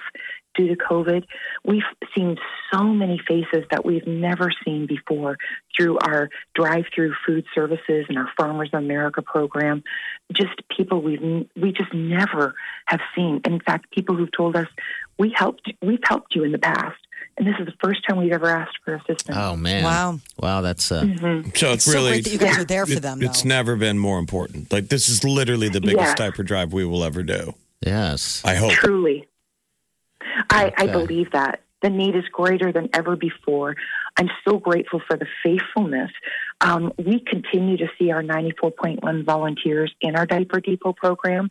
H: due to COVID. We've seen so many faces that we've never seen before through our drive through food services and our Farmers of America program. Just people we've, n- we just never have seen. In fact, people who've told us, we helped, we've helped you in the past. And this is the first time we've ever asked for assistance.
D: Oh man!
H: Wow.
D: Wow, that's uh,
E: So it's, really it- It's
D: though.
E: never been more important. Like this is literally the biggest
H: Yeah.
E: diaper drive we will ever do.
D: Yes,
E: I hope.
H: Truly. I, I
E: Okay.
H: believe that. The need is greater than ever before. I'm so grateful for the faithfulness. Um, we continue to see our 94.1 volunteers in our Diaper Depot program,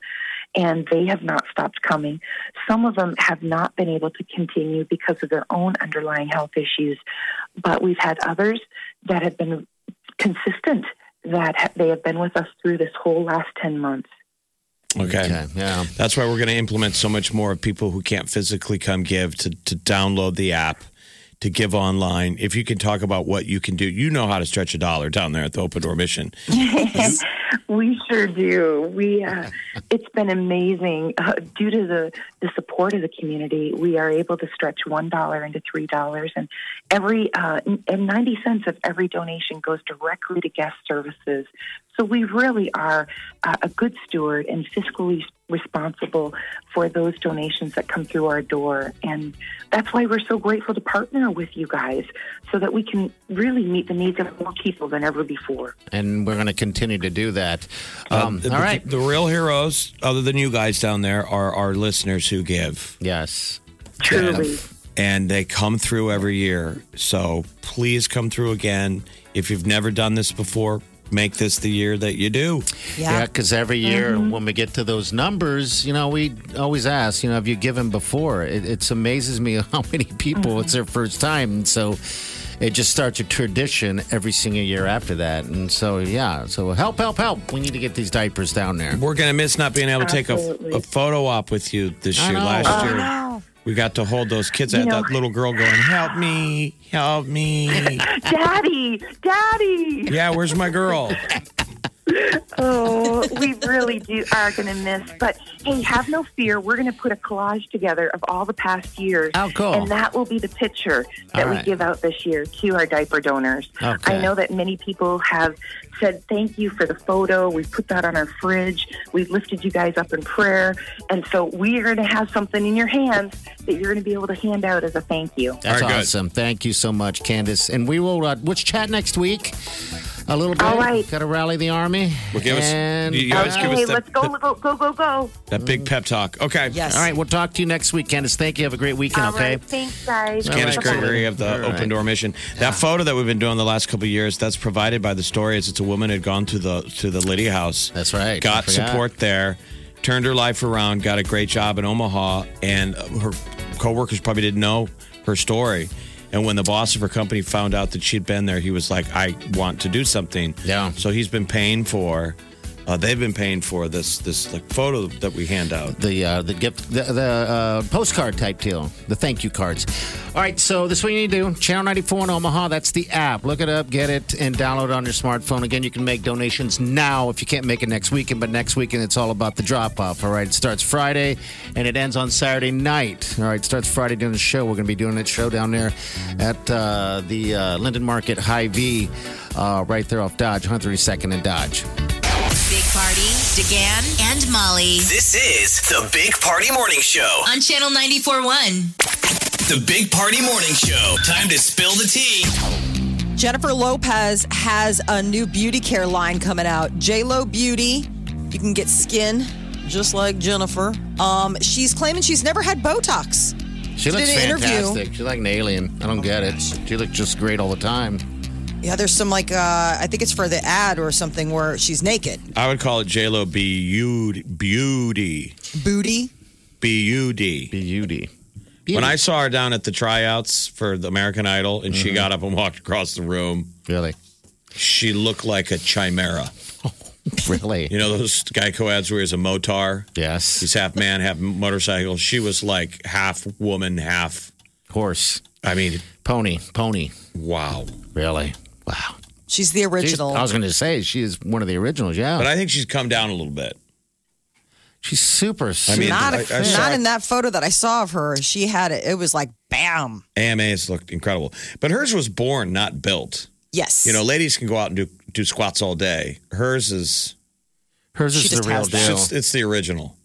H: and they have not stopped coming. Some of them have not been able to continue because of their own underlying health issues, but we've had others that have been consistent that ha- they have been with us through this whole last 10 months.
E: Okay.
D: Yeah.
E: That's why we're going to implement so much more of people who can't physically come give to, to download the app, to give online. If you can talk about what you can do, you know how to stretch a dollar down there at the Open Door Mission.
H: we sure do. We uh, it's been amazing uh, due to the the support of the community. We are able to stretch one dollar into three dollars, and every uh, and ninety cents of every donation goes directly to guest services. So we really are uh, a good steward and fiscally responsible for those donations that come through our door, and that's why we're so grateful to partner with you guys, so that we can really meet the needs of more people than ever before.
D: and we're going to continue to do that. Um,
E: the,
D: all right.
E: The, real heroes, other than you guys down there, are our listeners who give.
D: Yes.
E: Truly. And they come through every year. So please come through again. If you've never done this before, make this the year that you do.
D: Yeah, because every year
H: Mm-hmm.
D: when we get to those numbers, you know, we always ask, you know, have you given before? It, it amazes me how many people
H: Mm-hmm.
D: it's their first time, and so it just starts a tradition every single year after that. And so, yeah, so help, help, help! We need to get these diapers down there.
E: We're gonna miss not being able to take a, a photo op with you this
D: I
E: year.
D: know.
E: Last
D: I
E: year, we got to hold those kids. I had
H: You know-
E: that little girl going, "Help me, help me!"
H: Daddy, Daddy.
E: yeah, where's my girl?
H: Oh, we really do are going to miss. But hey, have no fear. We're going to put a collage together of all the past years.
D: Oh, cool.
H: And that will be the picture that
D: All
H: we
D: right.
H: give out this year to our diaper donors.
D: Okay.
H: I know that many people have said thank you for the photo. We've put that on our fridge. We've lifted you guys up in prayer. And so we are going to have something in your hands that you're going to be able to hand out as a thank you.
D: That's awesome. Thank you so much, Candace. And we will, uh, let's chat next week. a little bit.
H: All right. Uh,
D: Got to rally the army.
E: Well, give us-
D: And-
E: you guys give us
H: Hey,
E: the-
H: let's go, go, go, go, go.
E: That big pep talk. Okay.
H: Yes.
D: All right, we'll talk to you next week, Candace. Thank you. Have a great weekend,
H: All
D: okay?
H: right, thanks, guys.
E: It's Candace
D: Bye-bye.
E: Gregory of the
D: All right.
E: Open Door Mission. That photo that we've been doing the last couple of years, that's provided by the stories. It's a woman had gone to the to the Lydia House. That's right.
D: I
E: Got
D: forgot.
E: support there, turned her life around, got a great job in Omaha, and her coworkers probably didn't know her story. And when the boss of her company found out that she'd been there, he was like, "I want to do something." Yeah. So he's been paying for. Uh, they've been paying for this this like photo that we hand out.
D: The uh, the gift the, the uh, postcard type deal, the thank you cards. All right, so this is what you need to do. Channel 94 in Omaha, that's the app. Look it up, get it, and download it on your smartphone. Again, you can make donations now if you can't make it next weekend, but next weekend it's all about the drop off. All right, it starts Friday and it ends on Saturday night. All right, it starts Friday during the show. We're going to be doing that show down there at uh, the uh, Linden Market High V uh, right there off Dodge, 132nd and Dodge.
G: Big Party, DeGan, and Molly.
B: This is the Big Party Morning Show.
G: On Channel 94.1.
B: The Big Party Morning Show. Time to spill the tea.
C: Jennifer Lopez has a new beauty care line coming out. J Lo Beauty. You can get skin just like Jennifer. Um, she's claiming she's never had Botox.
D: She looks
C: did an
D: fantastic.
C: interview.
D: She's like an alien. I don't get it. She looks just great all the time.
C: Yeah, there's some like uh, I think it's for the ad or something where she's naked.
E: I would call it J Lo beauty, beauty,
C: booty,
E: beauty,
D: beauty.
E: When I saw her down at the tryouts for the American Idol, and
C: Mm-hmm.
E: she got up and walked across the room,
D: really,
E: she looked like a chimera.
D: Really,
E: you know those Geico ads where he's a motar.
D: Yes,
E: he's half man, half motorcycle. She was like half woman, half
D: horse.
E: I mean,
D: pony, pony.
E: Wow,
D: really, wow.
C: She's the original.
D: She's- I was going to say she is one of the originals. Yeah,
E: But I think she's come down a little bit.
D: She's super.
E: I mean,
C: not, a-
E: I- I saw
C: not
E: it-
C: in that photo that I saw of her. She had it. It was like bam.
E: AMAs looked incredible, but hers was born, not built.
C: Yes.
E: You know, ladies can go out and do do squats all day. Hers is
D: hers
C: She is the just real has that. deal.
E: It's, it's the original.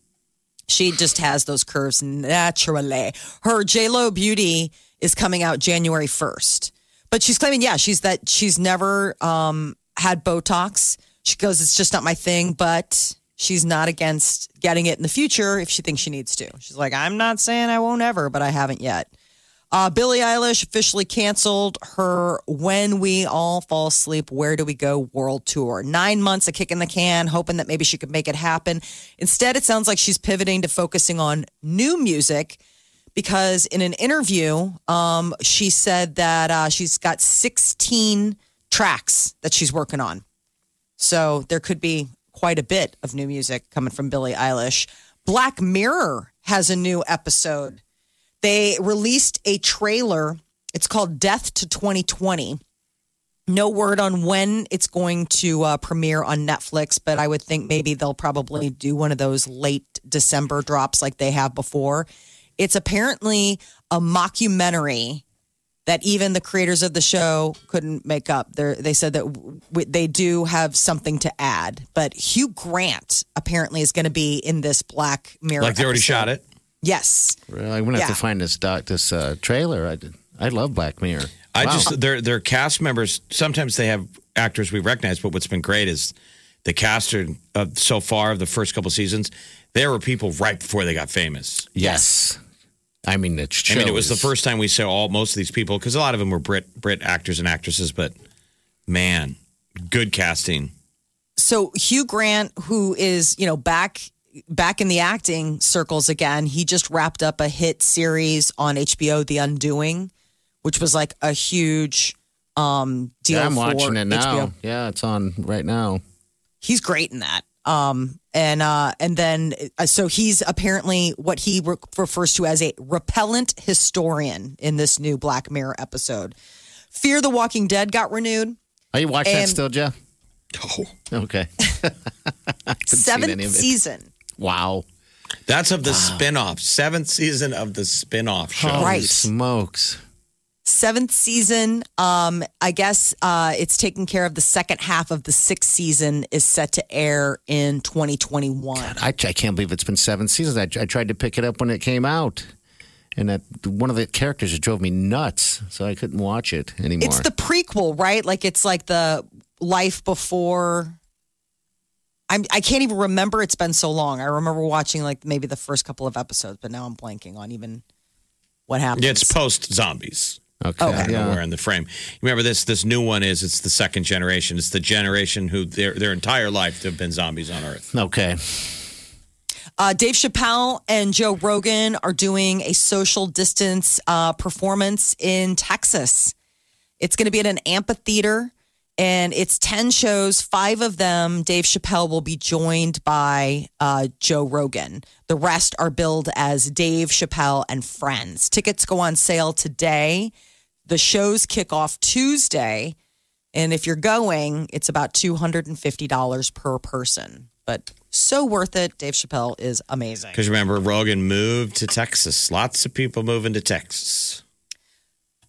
C: She just has those curves naturally. Her J Lo beauty is coming out January first, but she's claiming, yeah, she's that she's never um, had Botox. She goes, it's just not my thing, but she's not against getting it in the future if she thinks she needs to. She's like, I'm not saying I won't ever, but I haven't yet. Uh, Billie Eilish officially canceled her When We All Fall Asleep, Where Do We Go world tour. Nine months of kick in the can, hoping that maybe she could make it happen. Instead, it sounds like she's pivoting to focusing on new music because in an interview, um, she said that uh, she's got 16 tracks that she's working on. So there could be quite a bit of new music coming from Billie Eilish. Black Mirror has a new episode. They released a trailer. It's called Death to 2020. No word on when it's going to uh, premiere on Netflix, but I would think maybe they'll probably do one of those late December drops like they have before. It's apparently a mockumentary that even the creators of the show couldn't make up. They're, they said that w- w- they do have something to add, but Hugh Grant apparently is going to be in this Black Mirror.
E: Like they already
C: episode.
E: shot it.
C: Yes.
D: Really, I'm going to have to
C: Yeah.
D: find this doc, this uh, trailer. I did. I love Black Mirror.
E: I
D: Wow.
E: just their their cast members. Sometimes they have actors we recognize, but what's been great is the caster of so far of the first couple seasons. There were people right before they got famous.
D: yes. I mean, it's.
E: I mean, it was the first time we saw all most of these people because a lot of them were Brit Brit actors and actresses. But man, good casting.
C: so Hugh Grant, who is you know back back in the acting circles again, he just wrapped up a hit series on HBO, The Undoing, which was like a huge um, deal.
D: Yeah, I'm
C: for
D: watching it now.
C: HBO.
D: Yeah, it's on right now.
C: He's great in that. Um, and uh, and then uh, so he's apparently what he re- refers to as a repellent historian in this new Black Mirror episode. Fear the Walking Dead got renewed.
D: Are you watching that
C: And-
D: still, Jeff?
E: Oh,
D: okay.
C: Seventh season.
D: Wow.
E: That's of the spin-off. Seventh season of the spin-off show.
C: Holy Right.
D: smokes.
C: seventh season. Um, I guess uh, it's taking care of the second half of the sixth season is set to air in 2021.
D: I, I can't believe it's been seven seasons. I, I tried to pick it up when it came out, and that one of the characters it drove me nuts, so I couldn't watch it anymore.
C: It's the prequel, right? Like it's like the life before. I'm, I can't even remember. It's been so long. I remember watching like maybe the first couple of episodes, but now I'm blanking on even what happened.
E: Yeah, it's post zombies.
C: Okay.
E: I don't know
C: Yeah.
E: where in the frame. Remember this this new one is it's the second generation. It's the generation who their their entire life there have been zombies on Earth.
D: Okay.
C: Uh, Dave Chappelle and Joe Rogan are doing a social distance uh, performance in Texas. It's going to be at an amphitheater, and it's 10 shows. Five of them, Dave Chappelle will be joined by uh, Joe Rogan. The rest are billed as Dave Chappelle and Friends. Tickets go on sale today. The shows kick off Tuesday. And if you're going, it's about $250 per person, but so worth it. Dave Chappelle is amazing.
E: Because remember, Rogan moved to Texas. Lots of people moving to Texas.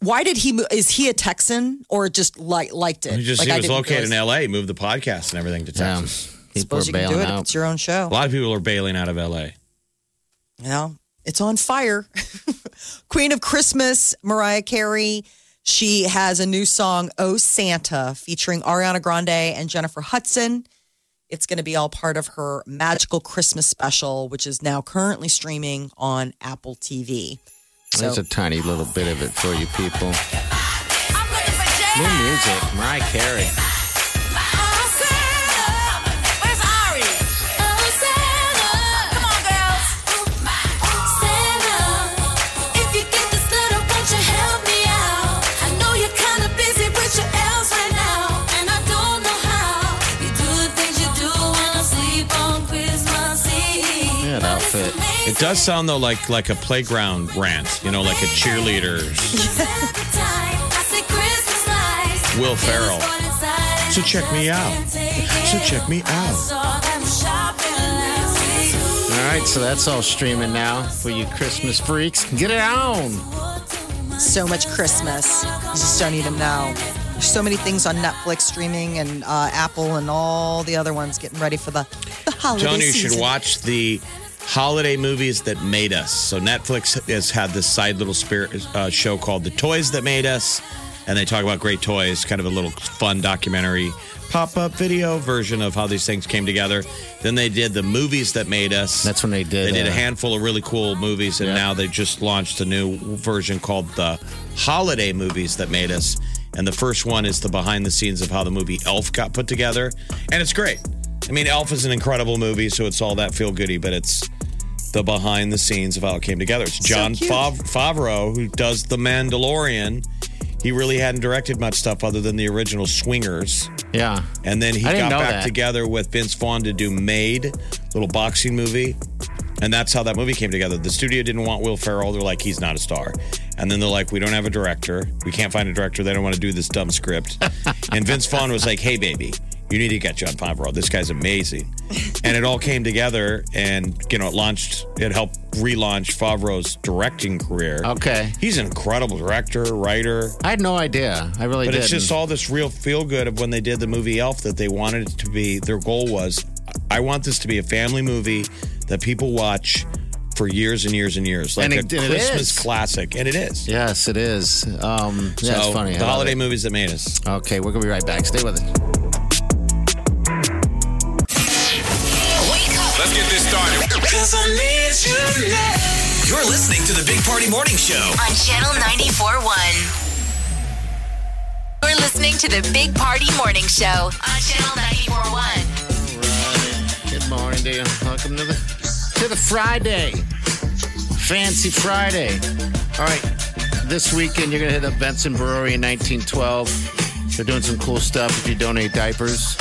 C: Why did he, mo- is he a Texan or just like liked it?
E: He just
C: like
E: he
C: I
E: was
C: didn't
E: located
C: realize-
E: in L.A. Moved the podcast and everything to Texas.
C: Suppose you can do it if it's your own show.
E: A lot of people are bailing out of L.A.
C: you know, it's on fire. Queen of Christmas, Mariah Carey. She has a new song, Oh Santa, featuring Ariana Grande and Jennifer Hudson. It's going to be all part of her magical Christmas special, which is now currently streaming on Apple TV. So,
D: There's a tiny little bit of it for you people. New music, Mariah Carey.
E: That outfit. It does sound though like like a playground rant. You know, like a cheerleader's Will Ferrell. So check me out. So check me out.
D: All right, so that's all streaming now for you Christmas freaks. Get it on.
C: so much Christmas. You just don't even know. There's so many things on Netflix streaming and uh, Apple and all the other ones getting ready for the, the holiday
E: Tony,
D: Oh,
E: you
C: season.
E: should watch the holiday movies that made us. So Netflix has had this side little spirit uh, show called The Toys That Made Us, and they talk about great toys, kind of a little fun documentary pop-up video version of how these things came together. Then they did the movies that made us. That's
D: when they did.
E: They did a
D: uh,
E: handful of really cool movies, and now they just launched a new version called the holiday movies that made us. And the first one is the behind the scenes of how the movie Elf got put together, and it's great. I mean, Elf is an incredible movie, so it's all that feel goody, but it's the behind the scenes of how it came together. It's John Fav- Favreau who does The Mandalorian. He really hadn't directed much stuff other than the original Swingers.
D: Yeah.
E: And then he
D: I didn't
E: got
D: know
E: back
D: that.
E: together with Vince Vaughn to do Made, little boxing movie. And that's how that movie came together. The studio didn't want Will Ferrell. They're like, he's not a star. And then they're like, we don't have a director. We can't find a director. They don't want to do this dumb script. and Vince Vaughn was like, hey, baby, you need to get John Favreau. This guy's amazing. and it all came together and, you know, it launched, it helped relaunch Favreau's directing career.
D: Okay.
E: He's an incredible director, writer.
D: I had no idea. I really
E: But
D: did.
E: it's just all this real feel good of when they did the movie Elf that they wanted it to be. Their goal was, I want this to be a family movie that people watch for years and years and years, like
D: And
E: a
D: it- it
E: Christmas
D: is.
E: classic, and it is.
D: Yes, it is. Um, yeah,
E: So,
D: it's funny.
E: The
D: I love
E: holiday
D: it.
E: movies that made us.
D: Okay, we're going to be right back. Stay with us.
B: Let's get this started. You're listening to the Big Party Morning Show.
G: on Channel 94.1. You're listening to the Big Party Morning Show on Channel 94.1.
D: Good morning to you. Welcome to the to the Friday. Fancy Friday. All right. This weekend you're gonna hit up Benson Brewery in 1912. They're doing some cool stuff if you donate diapers.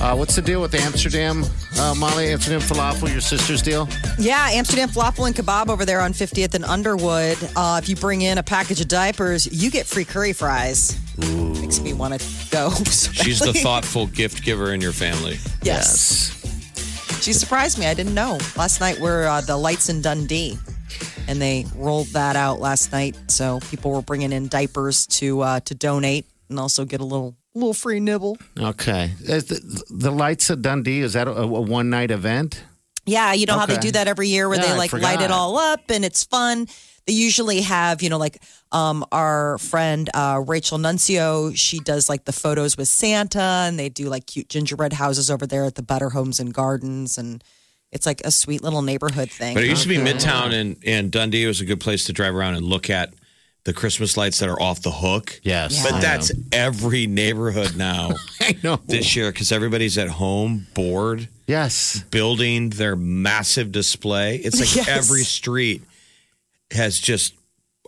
D: Uh, what's the deal with Amsterdam, uh, Molly? Amsterdam falafel, your sister's deal?
C: Yeah, Amsterdam Falafel and Kebab over there on 50th and Underwood. Uh, if you bring in a package of diapers, you get free curry fries. Makes me want to go. so
E: She's the
C: badly.
E: thoughtful gift giver in your family.
C: Yes. She surprised me. I didn't know. Last night were uh, the lights in Dundee, and they rolled that out last night. So people were bringing in diapers to uh, to donate and also get a little little free nibble.
D: Okay. Is The, the Lights of Dundee, is that a, a one night event?
C: Yeah, you know how they
D: Okay.
C: do that every year where
D: Yeah,
C: they
D: I
C: like light it
D: forgot.
C: all up and it's fun. They usually have, you know, like um, our friend uh, Rachel Nuncio. She does like the photos with Santa, and they do like cute gingerbread houses over there at the Butter Homes and Gardens, and it's like a sweet little neighborhood thing.
E: But it used to be Midtown and, and Dundee was a good place to drive around and look at the Christmas lights that are off the hook.
D: Yes.
E: But
D: I
E: that's
D: know.
E: every neighborhood now
D: I know.
E: this year because everybody's at home, bored,
D: Yes.
E: building their massive display. It's like
C: Yes.
E: every street has just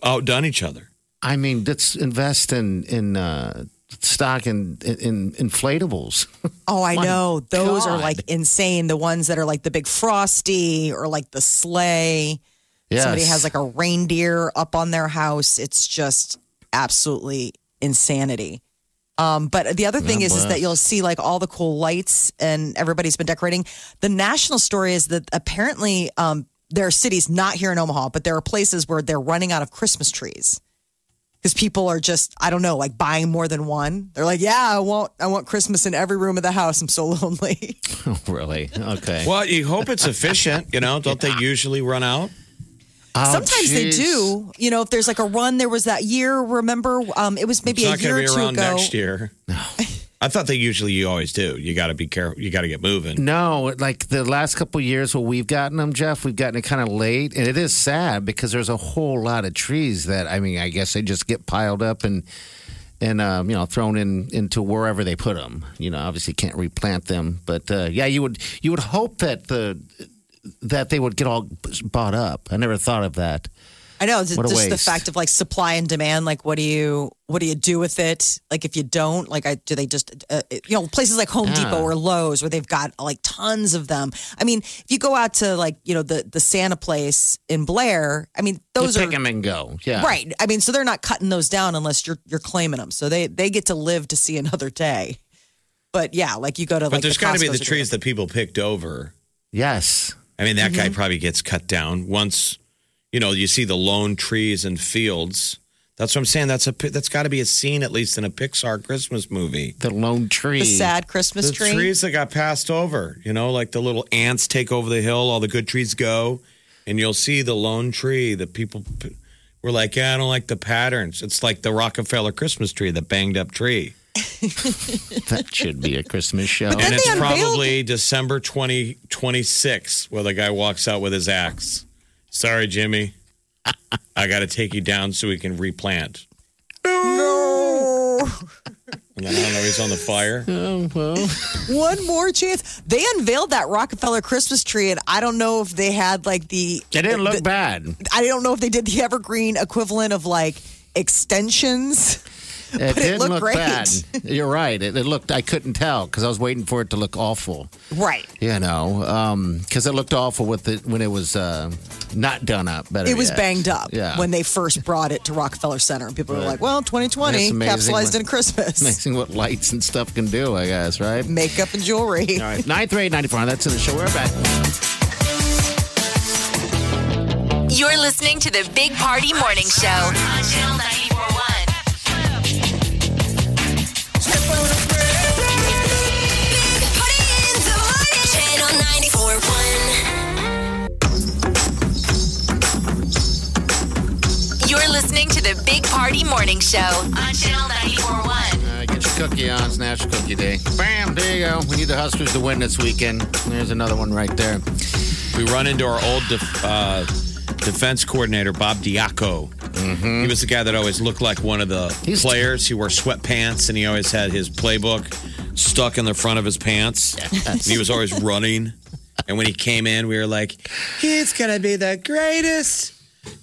E: outdone each other.
D: I mean, let's invest in in uh, stock in, in inflatables.
C: Oh, I
D: My
C: know. Those are
D: God.
C: like insane. The ones that are like the big frosty or like the sleigh.
D: Yes.
C: Somebody has like a reindeer up on their house. It's just absolutely insanity. Um, but the other thing is, is that you'll see like all the cool lights and everybody's been decorating. The national story is that apparently um, there are cities, not here in Omaha, but there are places where they're running out of Christmas trees because people are just I don't know like buying more than one. They're like, yeah, I want I want Christmas in every room of the house. I'm so lonely.
D: really? Okay.
E: Well, you hope it's efficient, you know? Don't they usually run out?
D: Oh,
C: Sometimes they
D: jeez.
C: do. You know, if there's like a run, there was that year. Remember, um, it was maybe
E: it's
C: a
E: not
C: year or
E: going to
C: two
E: be around
C: ago.
E: next year. No. I thought they usually you always do. You got to be careful. You got to get moving.
C: Mm,
D: No, like the last couple of years where we've gotten them, Jeff, we've gotten it kind of late, and it is sad because there's a whole lot of trees that I mean, I guess they just get piled up and and um, you know thrown in into wherever they put them. You know, obviously can't replant them, but uh, yeah, you would you would hope that the that they would get all bought up. I never thought of that.
C: I know. Just
D: What a
C: the
D: waste.
C: fact of like supply and demand. Like, what do you what do you do with it? Like, if you don't, like, I do they just uh, you know places like Home
D: Yeah.
E: Ah.
C: Depot or Lowe's where they've got like tons of them. I mean, if you go out to like you know the the Santa place in Blair, I mean those
D: Just
C: are
D: pick them and go. Yeah,
C: Right. I mean, so they're not cutting those down unless you're you're claiming them. So they they get to live to see another day. But yeah, like you go to
E: But
C: like
E: there's
C: the
E: got to be the
C: Costco's or
E: trees that people picked over.
D: Yes.
E: I mean, that
C: Mm-hmm.
E: guy probably gets cut down once. You know, you see the lone trees and fields. That's what I'm saying. That's a pi- that's got to be a scene at least in a Pixar Christmas movie.
D: The lone tree.
C: the sad Christmas
E: the
C: tree.
E: trees that got passed over. You know, like the little ants take over the hill. All the good trees go, and you'll see the lone tree that people p- were like, "Yeah, I don't like the patterns." It's like the Rockefeller Christmas tree, the banged up tree.
D: That should be a Christmas show.
C: then
E: and it's
C: they unveiled-
E: probably December 2026 where the guy walks out with his axe. Sorry, Jimmy. I got to take you down so we can replant.
C: No.
E: And then I don't know, he's on the fire.
D: oh, well.
C: One more chance. They unveiled that Rockefeller Christmas tree, and I don't know if they had like the.
D: It didn't look
C: the-
D: bad.
C: I don't know if they did the evergreen equivalent of like extensions.
D: It
C: But it
D: didn't
C: looked
D: look
C: great.
D: bad. You're right. It, it looked. I couldn't tell because I was waiting for it to look awful.
C: Right.
D: You know, because it looked awful with it when it was uh, not done up. Better.
C: It was
D: yet.
C: banged up
D: Yeah.
C: when they first brought it to Rockefeller Center, and people were like, "Well,
D: That's
C: 2020
D: amazing
C: capitalized
D: what-
C: in Christmas,
D: Amazing what lights and stuff can do. I guess right. All
C: makeup and jewelry."
D: right. Nine three eight ninety four. That's in the show. We're back.
G: You're listening to the Big Party Morning Show on Channel 941.
A: Big Party in the morning. Channel 941.
G: You're listening to the Big Party Morning Show on Channel 941.
D: Uh, get your cookie on. It's National Cookie Day. Bam. There you go. We need the Huskers to win this weekend. There's another one right there.
E: We run into our old def- uh, defense coordinator, Bob Diaco. He was the guy that always looked like one of the
D: He's-
E: players. He wore sweatpants and he always had his playbook stuck in the front of his pants. And he was always running. And when he came in, we were like, he's going to be the greatest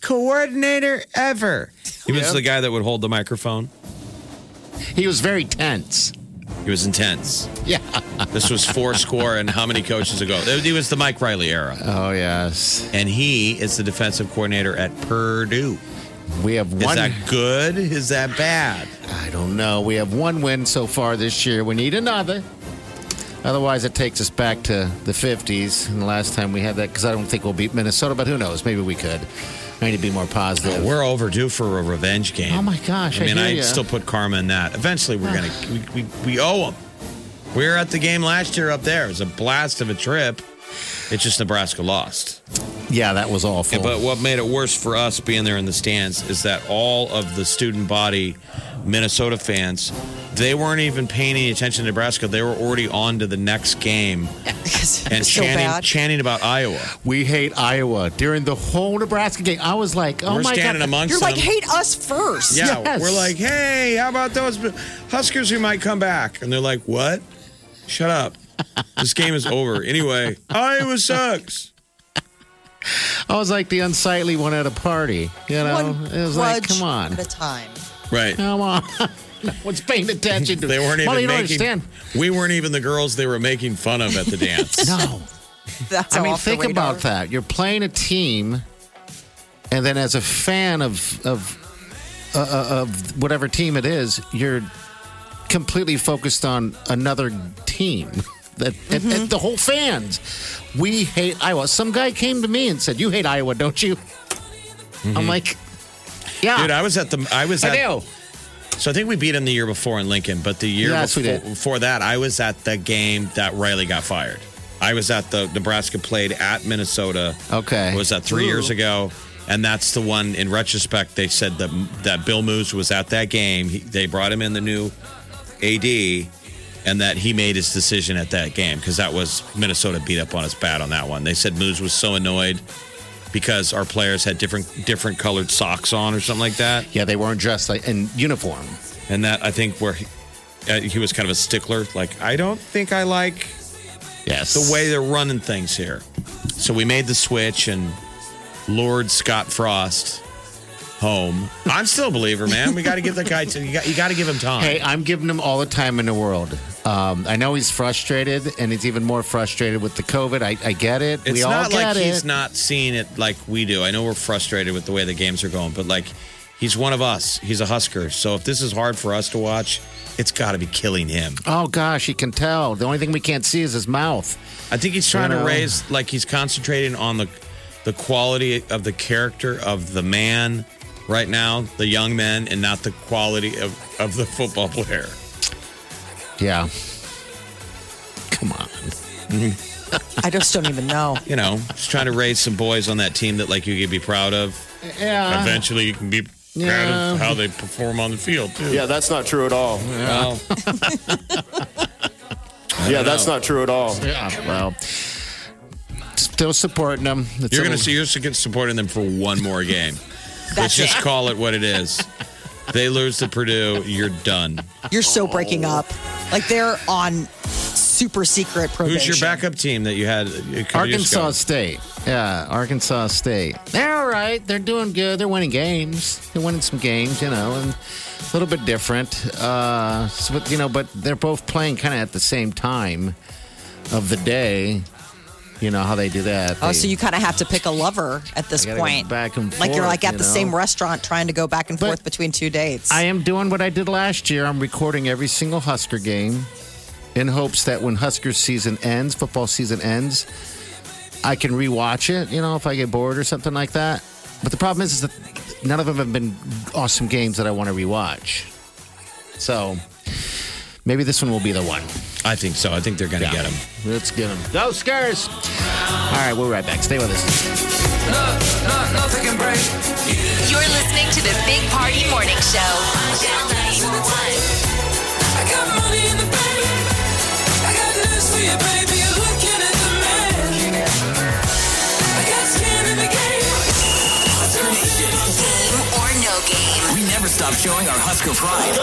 E: coordinator ever. He was the guy that would hold the microphone.
D: He was very tense.
E: He was intense.
D: Yeah.
E: This was four score and how many coaches ago? He was the Mike Riley era.
D: Oh yes.
E: And he is the defensive coordinator at Purdue.
D: We have
E: Is
D: one.
E: that good? Is that bad?
D: I don't know. We have one win so far this year. We need another. Otherwise, it takes us back to the 50s. And the last time we had that, because I don't think we'll beat Minnesota, but who knows? Maybe we could. I need to be more positive.
E: We're overdue for a revenge game.
D: Oh, my gosh,
E: I
D: I
E: mean,
D: hear
E: I
D: ya.
E: still put karma in that. Eventually, we're gonna we, we, we owe them. We were at the game last year up there. It was a blast of a trip. It's just Nebraska lost.
D: Yeah, that was awful.
E: But what made it worse for us being there in the stands is that all of the student body Minnesota fans, they weren't even paying any attention to Nebraska. They were already on to the next game and
D: so
E: chanting,
D: bad.
E: chanting about Iowa.
D: We hate Iowa during the whole Nebraska game. I was like, oh
E: We're
D: my
E: standing
D: god,
E: amongst
C: You're like,
E: them.
C: hate us first.
E: Yeah, we're like, hey, how about those Huskers who might come back? And they're like, what? Shut up. This game is over. Anyway, Iowa sucks.
D: I was like the unsightly one at a party. You know,
C: One
D: it was like,
C: grudge
D: come on,
C: At a time.
E: Right.
D: come on. No one's paying attention to
E: They weren't even
D: Molly, you don't
E: making.
D: understand.
E: We weren't even the girls they were making fun of at the dance.
D: No.
C: That's
D: I mean,
C: off the
D: think
C: radar.
D: about that. You're playing a team, and then as a fan of of uh, uh, of whatever team it is, you're completely focused on another team. That and-
C: Mm-hmm.
D: and the whole fans, we hate Iowa. Some guy came to me and said, "You hate Iowa, don't you?" I'm like, "Yeah,
E: Mm-hmm. Dude, I was at the. I was.
D: I
E: At,
D: do."
E: So I think we beat him the year before in Lincoln, but the year
D: Yes, we
E: before,
D: did.
E: before that, I was at the game that Riley got fired. I was at the Nebraska played at Minnesota.
D: Okay.
E: was that three years ago? And that's the one. In retrospect, they said that that Bill Moose was at that game. He, they brought him in the new AD, and that he made his decision at that game because that was Minnesota beat up on us bad on that one. They said Moose was so annoyed because our players had different different colored socks on or something like that
D: Yeah, they weren't dressed like in uniform.
E: and that I think where he, uh, he was kind of a stickler. Like I don't think I like
D: Yes,
E: the way they're running things here. So we made the switch and lured Scott Frost home. I'm still a believer, man. We got to give the guy. To, you got you got to give him time.
D: Hey, I'm giving him all the time in the world. Um, I know he's frustrated, and he's even more frustrated with the COVID. I, I get it.
E: it's
D: we all
E: not
D: get
E: like
D: it.
E: he's not seeing it like we do. I know we're frustrated with the way the games are going, but like he's one of us. He's a Husker. So if this is hard for us to watch, it's got to be killing him.
D: oh gosh, he can tell. The only thing we can't see is his mouth.
E: I think he's trying
D: You know.
E: to raise like he's concentrating on the the quality of the character of the man right now, the young men, and not the quality of, of the football player.
D: Yeah. Come on.
C: I just don't even know.
E: You know, he's trying to raise some boys on that team that like you could be proud of.
D: Yeah.
E: Eventually, you can be proud
D: Uh, Yeah.
E: of how they perform on the field too.
I: Yeah, that's not true at all.
E: Well,
I: Yeah, that's not true at all.
D: Yeah. Well, still supporting him. It's
E: you're
D: a-
E: gonna see you're supporting them for one more game. Let's just call it what it is. They lose to Purdue, you're done.
C: You're so breaking up. Like they're on super secret probation.
E: Who's your backup team that you had? a couple years ago?
D: Arkansas State. Yeah, Arkansas State. They're all right. They're doing good. They're winning games. They're winning some games, you know, and a little bit different. Uh, so, but, you know, but they're both playing kind of at the same time of the day. You know how they do that.
C: Oh,
D: They-
C: so you kind of have to pick a lover at this
D: gotta go
C: point.
D: back and
C: like you're
D: forth,
C: like at
D: you
C: the
D: know?
C: same restaurant trying to go back and
D: But-
C: forth between two dates.
D: I am doing what I did last year. I'm recording every single Husker game in hopes that when Husker season ends, football season ends, I can rewatch it, you know, if I get bored or something like that. But the problem is, is that none of them have been awesome games that I want to rewatch. So maybe this one will be the one.
E: I think so. I think they're going to get him.
D: Let's get them. Go Skars! All right, we'll be right back. Stay with us.
G: You're listening to the Big Party Morning Show on Channel 941.
A: I got money in the bank. I got news for you, baby. You're looking at the man. I got skin in the game. I turn this shit up.
G: Game or no game.
B: We never stop showing our Husker pride.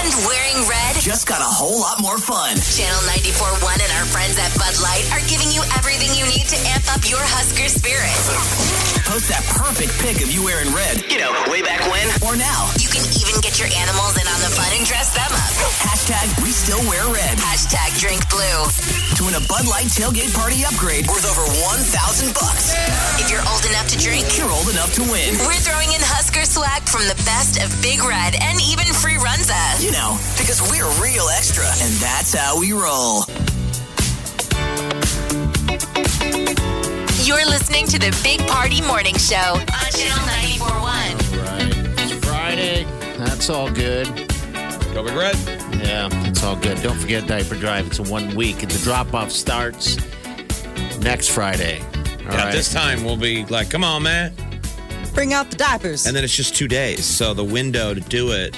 G: And wearing red.
B: Just got a whole lot more fun.
G: Channel 941 and our friends at Bud Light are giving you everything you need to amp up your Husker spirit.
B: Post that perfect pic of you wearing red. You know, way back when. Or now.
G: You can even get your animals in on the fun and dress them up.
B: Hashtag we still wear red.
G: Hashtag drink blue.
B: To win a Bud Light tailgate party upgrade worth over 1,000 bucks.
G: If you're old enough to drink,
B: You're old enough to win.
G: we're throwing in Husker swag from the best of Big Red and even Free Runza.
B: You know, because we're real eh? extra, and that's how we roll.
G: You're listening to the Big Party Morning Show on Channel 941.
D: Right. It's Friday. That's all good.
E: Go Big Red.
D: Yeah, it's all good. Don't forget diaper drive. It's a one week. The drop off starts next Friday. All
E: yeah,
D: right.
E: this time we'll be like, come on, man.
C: Bring out the diapers.
E: And then it's just two days. So the window to do it,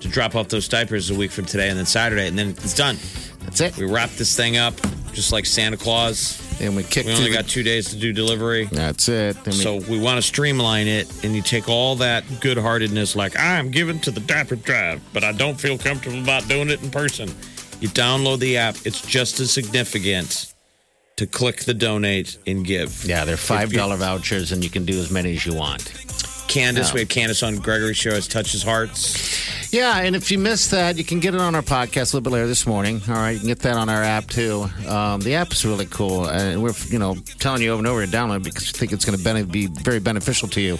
E: to drop off those diapers a week from today and then Saturday, and then it's done.
D: That's it.
E: We wrap this thing up just like Santa Claus.
D: And we kick
E: We only
D: through the-
E: got two days to do delivery.
D: That's it. Then we-
E: so we want to streamline it, and you take all that good heartedness, like, I'm giving to the diaper drive, but I don't feel comfortable about doing it in person. You download the app, it's just as significant to click the donate and give.
D: Yeah, they're five dollar vouchers, and you can do as many as you want.
E: Candace,
D: Yeah.
E: we had Candace on Gregory's show as Touches Hearts.
D: Yeah, and if you missed that, you can get it on our podcast a little bit later this morning. All right, you can get that on our app too. Um, the app is really cool, Uh, and we're you know telling you over and over to download it because we think it's going to bene- be very beneficial to you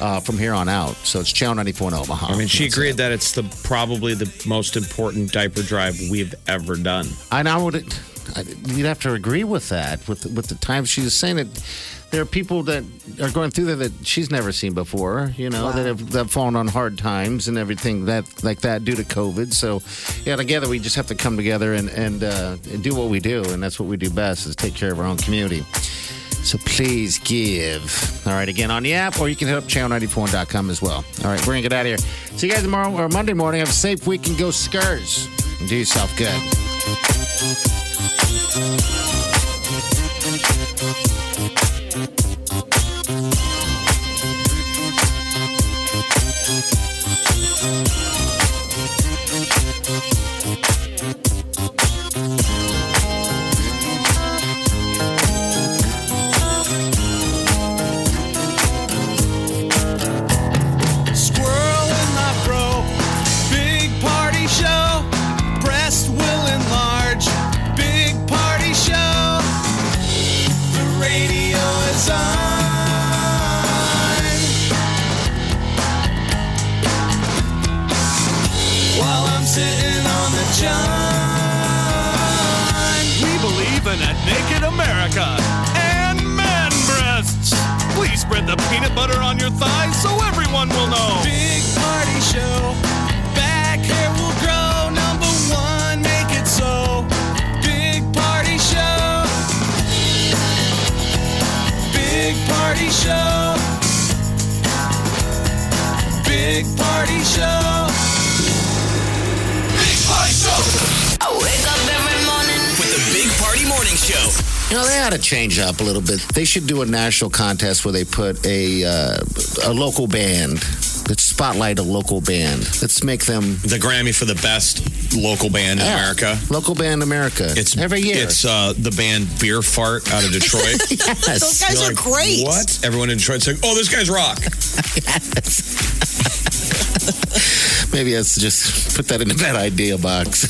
D: uh, from here on out. So it's Channel ninety four in Omaha.
E: I mean, she
D: That's it.
E: agreed that it's the probably the most important diaper drive we've ever done.
D: And I would, I, you'd have to agree with that. With with the time she was saying it, there are people that are going through that that she's never seen before. You know, that have that have fallen on hard times and everything that like that due to COVID. So, yeah, together we just have to come together and and, uh, and do what we do, and that's what we do best is take care of our own community. So please give. All right, again on the app, or you can hit up channel94.com as well. All right, we're gonna get out of here. See you guys tomorrow or Monday morning. Have a safe week and go Skurs. And do yourself good.
J: Squirrel in my bro. Big party show. Breast will enlarge. Big party show. The radio is on. While I'm sitting on the john. We believe in a naked America and man breasts. Please spread the peanut butter on your thighs so everyone will know. Big party show. Back hair will grow. Number one, make it so. Big party show. Big party show. Big party show. Big party show.
G: I wake up every morning.
B: With the Big Party Morning Show.
D: You know, they ought to change up a little bit. They should do a national contest where they put a uh, a local band. Let's spotlight a local band. Let's make them
E: The Grammy for the best local band in
D: Yeah.
E: America.
D: local band America.
E: It's
D: every year.
E: It's uh, the band Beer Fart out of Detroit.
D: Yes. Those guys
E: You're
D: are great.
E: What? Everyone in Detroit's like, oh, this guy's rock.
D: Maybe let's just put that in a bad idea box.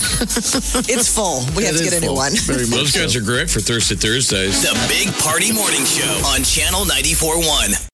C: it's full. We have to get a new one.
E: Those guys are great for Thursday Thursdays.
B: The Big Party Morning Show on Channel 94.1.